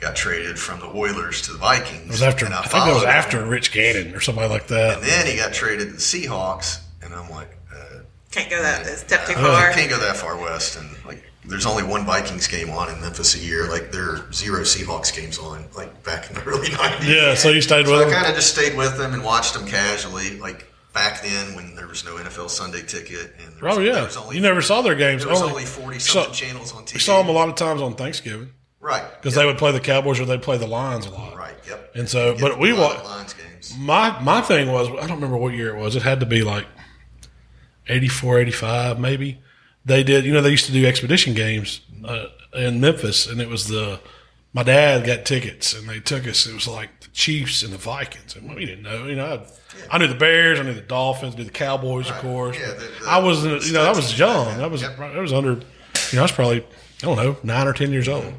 D: got traded from the Oilers to the Vikings.
B: It was after.
D: and
B: I, think it was
D: followed him.
B: after Rich Gannon or somebody like that.
D: And then he got traded to the Seahawks, and I'm like, uh,
C: Can't go that a step too
D: I
C: far.
D: can't go that far west. And like, there's only one Vikings game on in Memphis a year. Like, there are zero Seahawks games on. Like back in the early '90s.
B: yeah, so you stayed
D: So
B: with
D: I
B: him.
D: kind of just stayed with them and watched them casually, like back then when there was no NFL Sunday ticket. And there was,
B: Oh
D: there
B: yeah,
D: was only,
B: you never saw their games.
D: There was
B: Only-
D: only forty
B: saw-
D: something channels on TV.
B: We saw him a lot of times on Thanksgiving
D: right?
B: because
D: yep,
B: they would play the Cowboys or they would play the Lions a lot.
D: right, yep.
B: And so,
D: Get
B: but we
D: a lot of
B: wa-
D: Lions games.
B: My my thing was I don't remember what year it was. It had to be like 84, 85 maybe. They did you know they used to do expedition games uh, in Memphis and it was the my dad got tickets and they took us. It was like the Chiefs and the Vikings and we didn't know. You know, I, I knew the Bears, I knew the Dolphins, knew the Cowboys, of course.
D: Yeah, the- the-
B: I was not you know I was young. I was
D: Yep.
B: I was under you know I was probably I don't know nine or ten years old.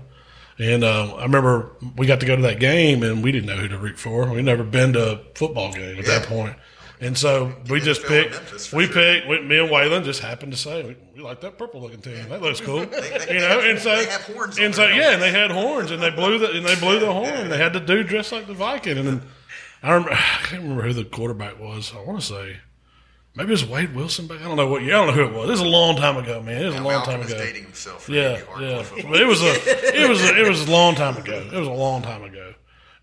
B: And uh, I remember we got to go to that game, and we didn't know who to root for. We'd never been to a football game at that
D: Yeah.
B: point, and so we
D: NFL
B: just
D: in
B: picked.
D: Memphis, for
B: We
D: sure.
B: picked. We, me and Waylon just happened to say we, we like that purple looking team. That looks cool,
D: they-
B: you know.
D: they
B: And
D: have-
B: so,
D: they have horns
B: and
D: on
B: so,
D: their
B: yeah, and they had horns, and they blew the and they blew the horn. and They had the dude dressed like the Viking, and then I remember I can't remember who the quarterback was. I want to say. Maybe it was Wade Wilson back. I don't know what. year. I don't know who it was. It was a long time ago, man. It was a long
D: Malcolm
B: time
D: is
B: ago.
D: dating himself. for
B: Yeah,
D: Andy Hart
B: yeah.
D: for football.
B: But it was a, it was a, it was a long time ago. It was a long time ago,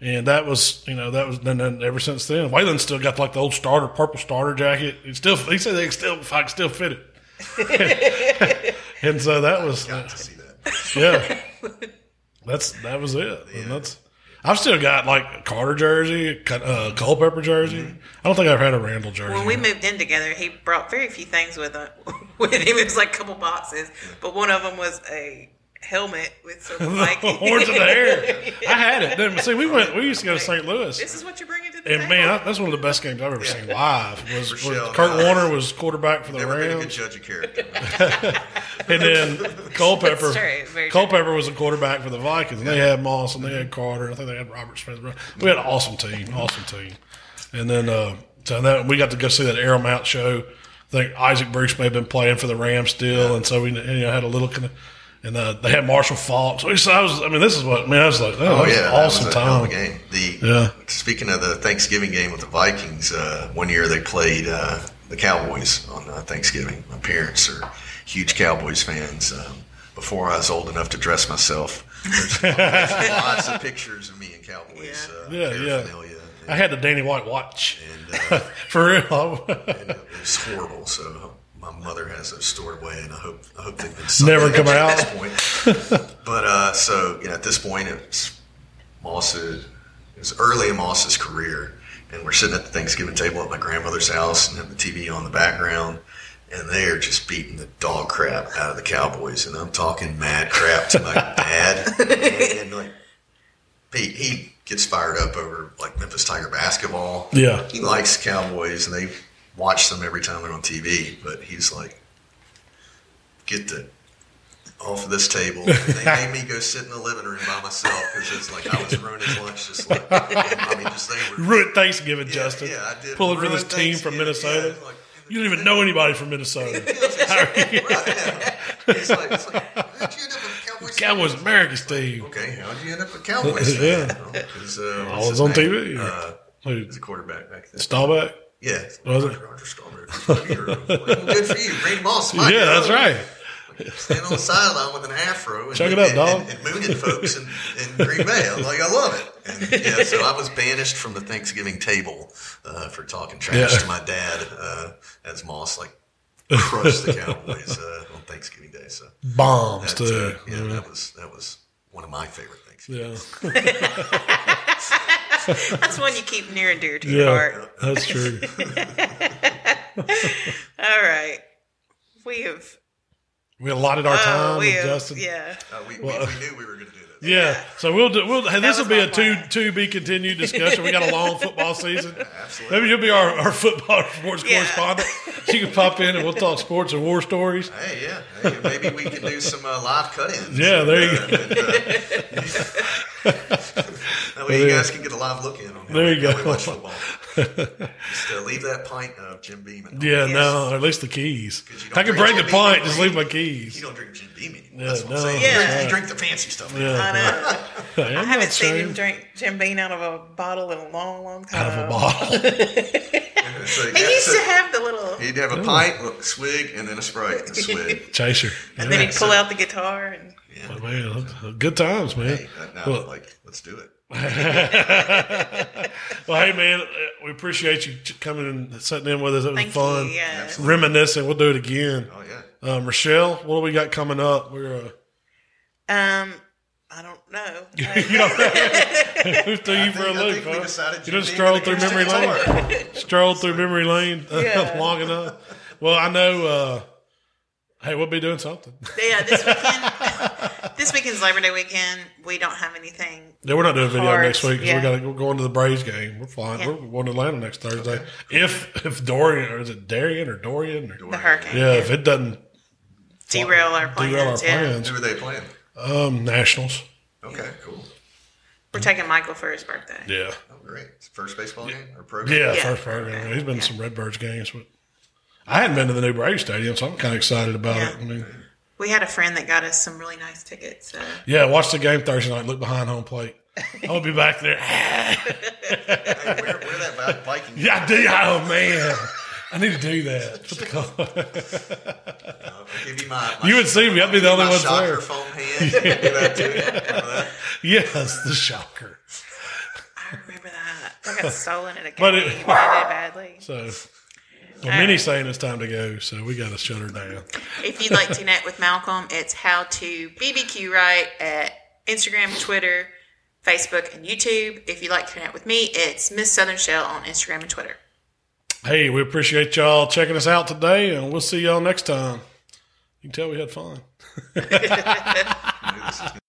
B: and that was you know that was and then ever since then, Waylon still got like the old starter purple starter jacket. It still he said they still if I could still fit it, and so that was
D: Got to see that.
B: yeah. That's that was it. And that's I've still got like a Carter jersey, Cu- uh, Culpepper jersey.
D: Mm-hmm.
B: I don't think I've had a Randall jersey.
C: When we moved in together, he brought very few things with him. With him, it was like a couple boxes, but one of them was a helmet with some like
B: the horns in the hair. I had it. Then, see, we went. We used to go to St. Louis.
C: This is what you're bringing to the
B: And
C: table.
B: man, I, that's one of the best games I've ever seen live. Was, was
D: Rochelle,
B: Kurt
D: uh,
B: Warner was quarterback for the
D: Never been a good
B: Rams,
D: judge of character.
B: and then Culpepper.
C: That's true, very true.
B: Culpepper was a quarterback for the Vikings, and they had Moss and they had Carter. and I think they had Robert Smith. We had an awesome team, awesome team. And then uh, so that we got to go see that Arrow Mount show. I think Isaac Bruce may have been playing for the Rams still, and so we you know, had a little kind of. And uh, they had Marshall Falk. So we- so I was, I mean, this is what, man, I was like, oh,
D: Oh
B: was
D: yeah,
B: an
D: that
B: awesome
D: was a hell
B: time.
D: of a game. The
B: Yeah.
D: speaking of the Thanksgiving game with the Vikings, uh, one year they played uh, the Cowboys on uh, Thanksgiving. My parents are huge Cowboys fans. Um, before I was old enough to dress myself, there's lots of pictures of me in Cowboys
C: Yeah.
D: uh,
B: Yeah, yeah.
D: paraphernalia. uh,
B: I had the Danny White watch.
D: And, uh,
B: For real.
D: and it was horrible. So my mother has those stored away, and I hope I hope they've been
B: Never
D: sunken
B: come
D: at
B: out.
D: this point. but uh, so you know, at this point, it's Moss. is- It was early in Moss's career, and we're sitting at the Thanksgiving table at my grandmother's house, and have the TV on the background. And they are just beating the dog crap out of the Cowboys, and I'm talking mad crap to my dad, and, and like he, he gets fired up over like Memphis Tiger basketball.
B: Yeah.
D: He likes Cowboys and they watch them every time they're on TV, but he's like, get the off of this table. And they made me go sit in the living room by myself because it's like I was ruining his lunch just like I mean just they were
B: ruined Thanksgiving,
D: Yeah,
B: Justin.
D: yeah, I did.
B: Pulling for this
D: Ruined
B: team from
D: Thanksgiving,
B: Minnesota.
D: yeah, like-
B: you don't even know anybody from Minnesota.
D: it's like, it's like how'd you end up with the Cowboys?
B: Cowboys, America's team.
D: Okay, how'd you end up with Cowboys?
B: Yeah.
D: Well, 'cause, uh,
B: I was
D: what's his
B: on
D: name?
B: TV.
D: Uh,
B: Who,
D: he's a quarterback back then.
B: Staubach?
D: Yeah.
B: Was it?
D: Roger, Roger Strawberry. Good for you. Green Moss.
B: Yeah,
D: my hero.
B: that's right.
D: Stand on the sideline with an afro and,
B: Check it out,
D: and,
B: dog.
D: and, and mooning folks in, in Green Bay. I'm like, I love it. And yeah, so I was banished from the Thanksgiving table uh, for talking trash
B: Yeah.
D: to my dad uh, as Moss like crushed the Cowboys uh, on Thanksgiving Day. So
B: Bombs
D: that,
B: too.
D: uh, yeah, that was that was one of my favorite things.
B: Yeah,
C: That's one you keep near and dear to your
B: yeah,
C: heart.
B: that's true.
C: All right. We have.
B: We allotted our
C: Oh,
B: time
C: we
B: with
C: have.
B: Justin.
C: Yeah.
D: Uh, we, we- we, knew we were going to do this.
B: Yeah. So we'll do. We'll, hey, this will
C: was
B: be
C: my
B: a two
C: plan.
B: two be continued discussion. We got a long football season.
D: Absolutely.
B: Maybe you'll be our, our football sports
C: Yeah.
B: correspondent. She can pop in and we'll talk sports and war stories.
D: Hey, yeah. Hey, maybe we can do some uh, live cut-ins.
B: Yeah, there you
D: go. that way you guys can get a live look in on how
B: There you
D: we- how we
B: go.
D: watch football. Just uh, leave that pint of Jim Beam. at home.
B: Yeah,
C: Yes.
B: no, or at least the keys.
D: 'Cause you
B: If I can
D: don't drink
B: bring the
D: Jim Beam
B: pint,
D: anymore,
B: just
D: you-
B: leave my
D: You
B: keys.
D: don't drink Jim Beam anymore.
B: Yeah,
D: That's what I'm
B: no,
D: saying.
B: that's
D: You drink-
C: right.
D: You drink the fancy stuff.
B: Yeah.
C: I know. I haven't seen him
B: ashamed.
C: drink Jim Bean out of a bottle in a long, long time.
B: Out of a bottle.
D: So,
C: He
D: yeah,
C: used
D: so
C: to have the little,
D: He'd have a pint, a swig, and then a Sprite and swig.
B: Chaser.
C: and then
B: Yeah.
C: he'd pull out the guitar and
B: Oh, man, good times, man.
D: Hey, uh, now,
B: Well-
D: like, let's do it.
B: Well, hey, man, uh, we appreciate you ch- coming and sitting in with us. It was
C: thank
B: fun.
C: you. Yeah.
D: Absolutely.
B: Reminiscing. We'll do it again.
D: Oh, yeah.
B: Um, Rochelle, what do we got coming up? We're uh,
C: Um, I don't know.
B: you know, we threw
D: I
B: you for a
D: think- I
B: loop,
D: think we
B: huh?
D: decided
B: You
D: Jim
B: just
D: Beam
B: strolled
D: and
B: through
D: the
B: memory
D: Houston
B: lane. strolled through memory lane uh,
C: Yeah.
B: long enough. Well, I know. Uh, hey, we'll be doing something.
C: yeah, this weekend, this weekend's Labor Day weekend. We don't have anything.
B: Yeah, we're not doing video
C: Cards,
B: next week because
C: yeah.
B: we got to we're going to the Braves game. We're flying.
C: Yeah.
B: We're going to Atlanta next Thursday. If if Dorian or is it Darian or Dorian? Or,
C: The hurricane.
B: Yeah, if it doesn't
C: Derail our plans.
B: derail our
C: yeah.
B: plans,
D: Who are they playing?
B: um, Nationals.
D: Okay, cool.
C: We're taking Michael for his birthday.
B: Yeah.
D: Oh, great. It's the First baseball game or pro? game?
B: Yeah,
C: Yeah.
B: first program. He's been to some Redbirds games, but I hadn't been to the new Brave Stadium, so I'm kind of excited about it.
C: Yeah.
B: I mean,
C: We had a friend that got us some really nice tickets. So.
B: yeah, watch the game Thursday night. Look behind home plate. I'll be back there.
D: Hey, where, where that Vi- Viking?
B: yeah, I do. Oh man, I need to do that. Put the call-
D: I'll give you my, my
B: You would see me. I'd be the
D: give
B: only
D: my
B: one
D: shocker
B: there.
D: foam hand. Do that too. Remember that?
B: Yes, the shocker.
C: I remember that. I got stolen at a game.
B: But
C: But
B: it-
C: did badly.
B: So, well, Minnie's saying it's time to go, so we got to shut her down.
C: If you'd like to connect with Malcolm, it's how to BBQ right at Instagram, Twitter, Facebook, and YouTube. If you'd like to connect with me, it's Miss Southern Shell on Instagram and Twitter.
B: Hey, we appreciate y'all checking us out today, and we'll see y'all next time. You can tell we had fun.
D: I knew this was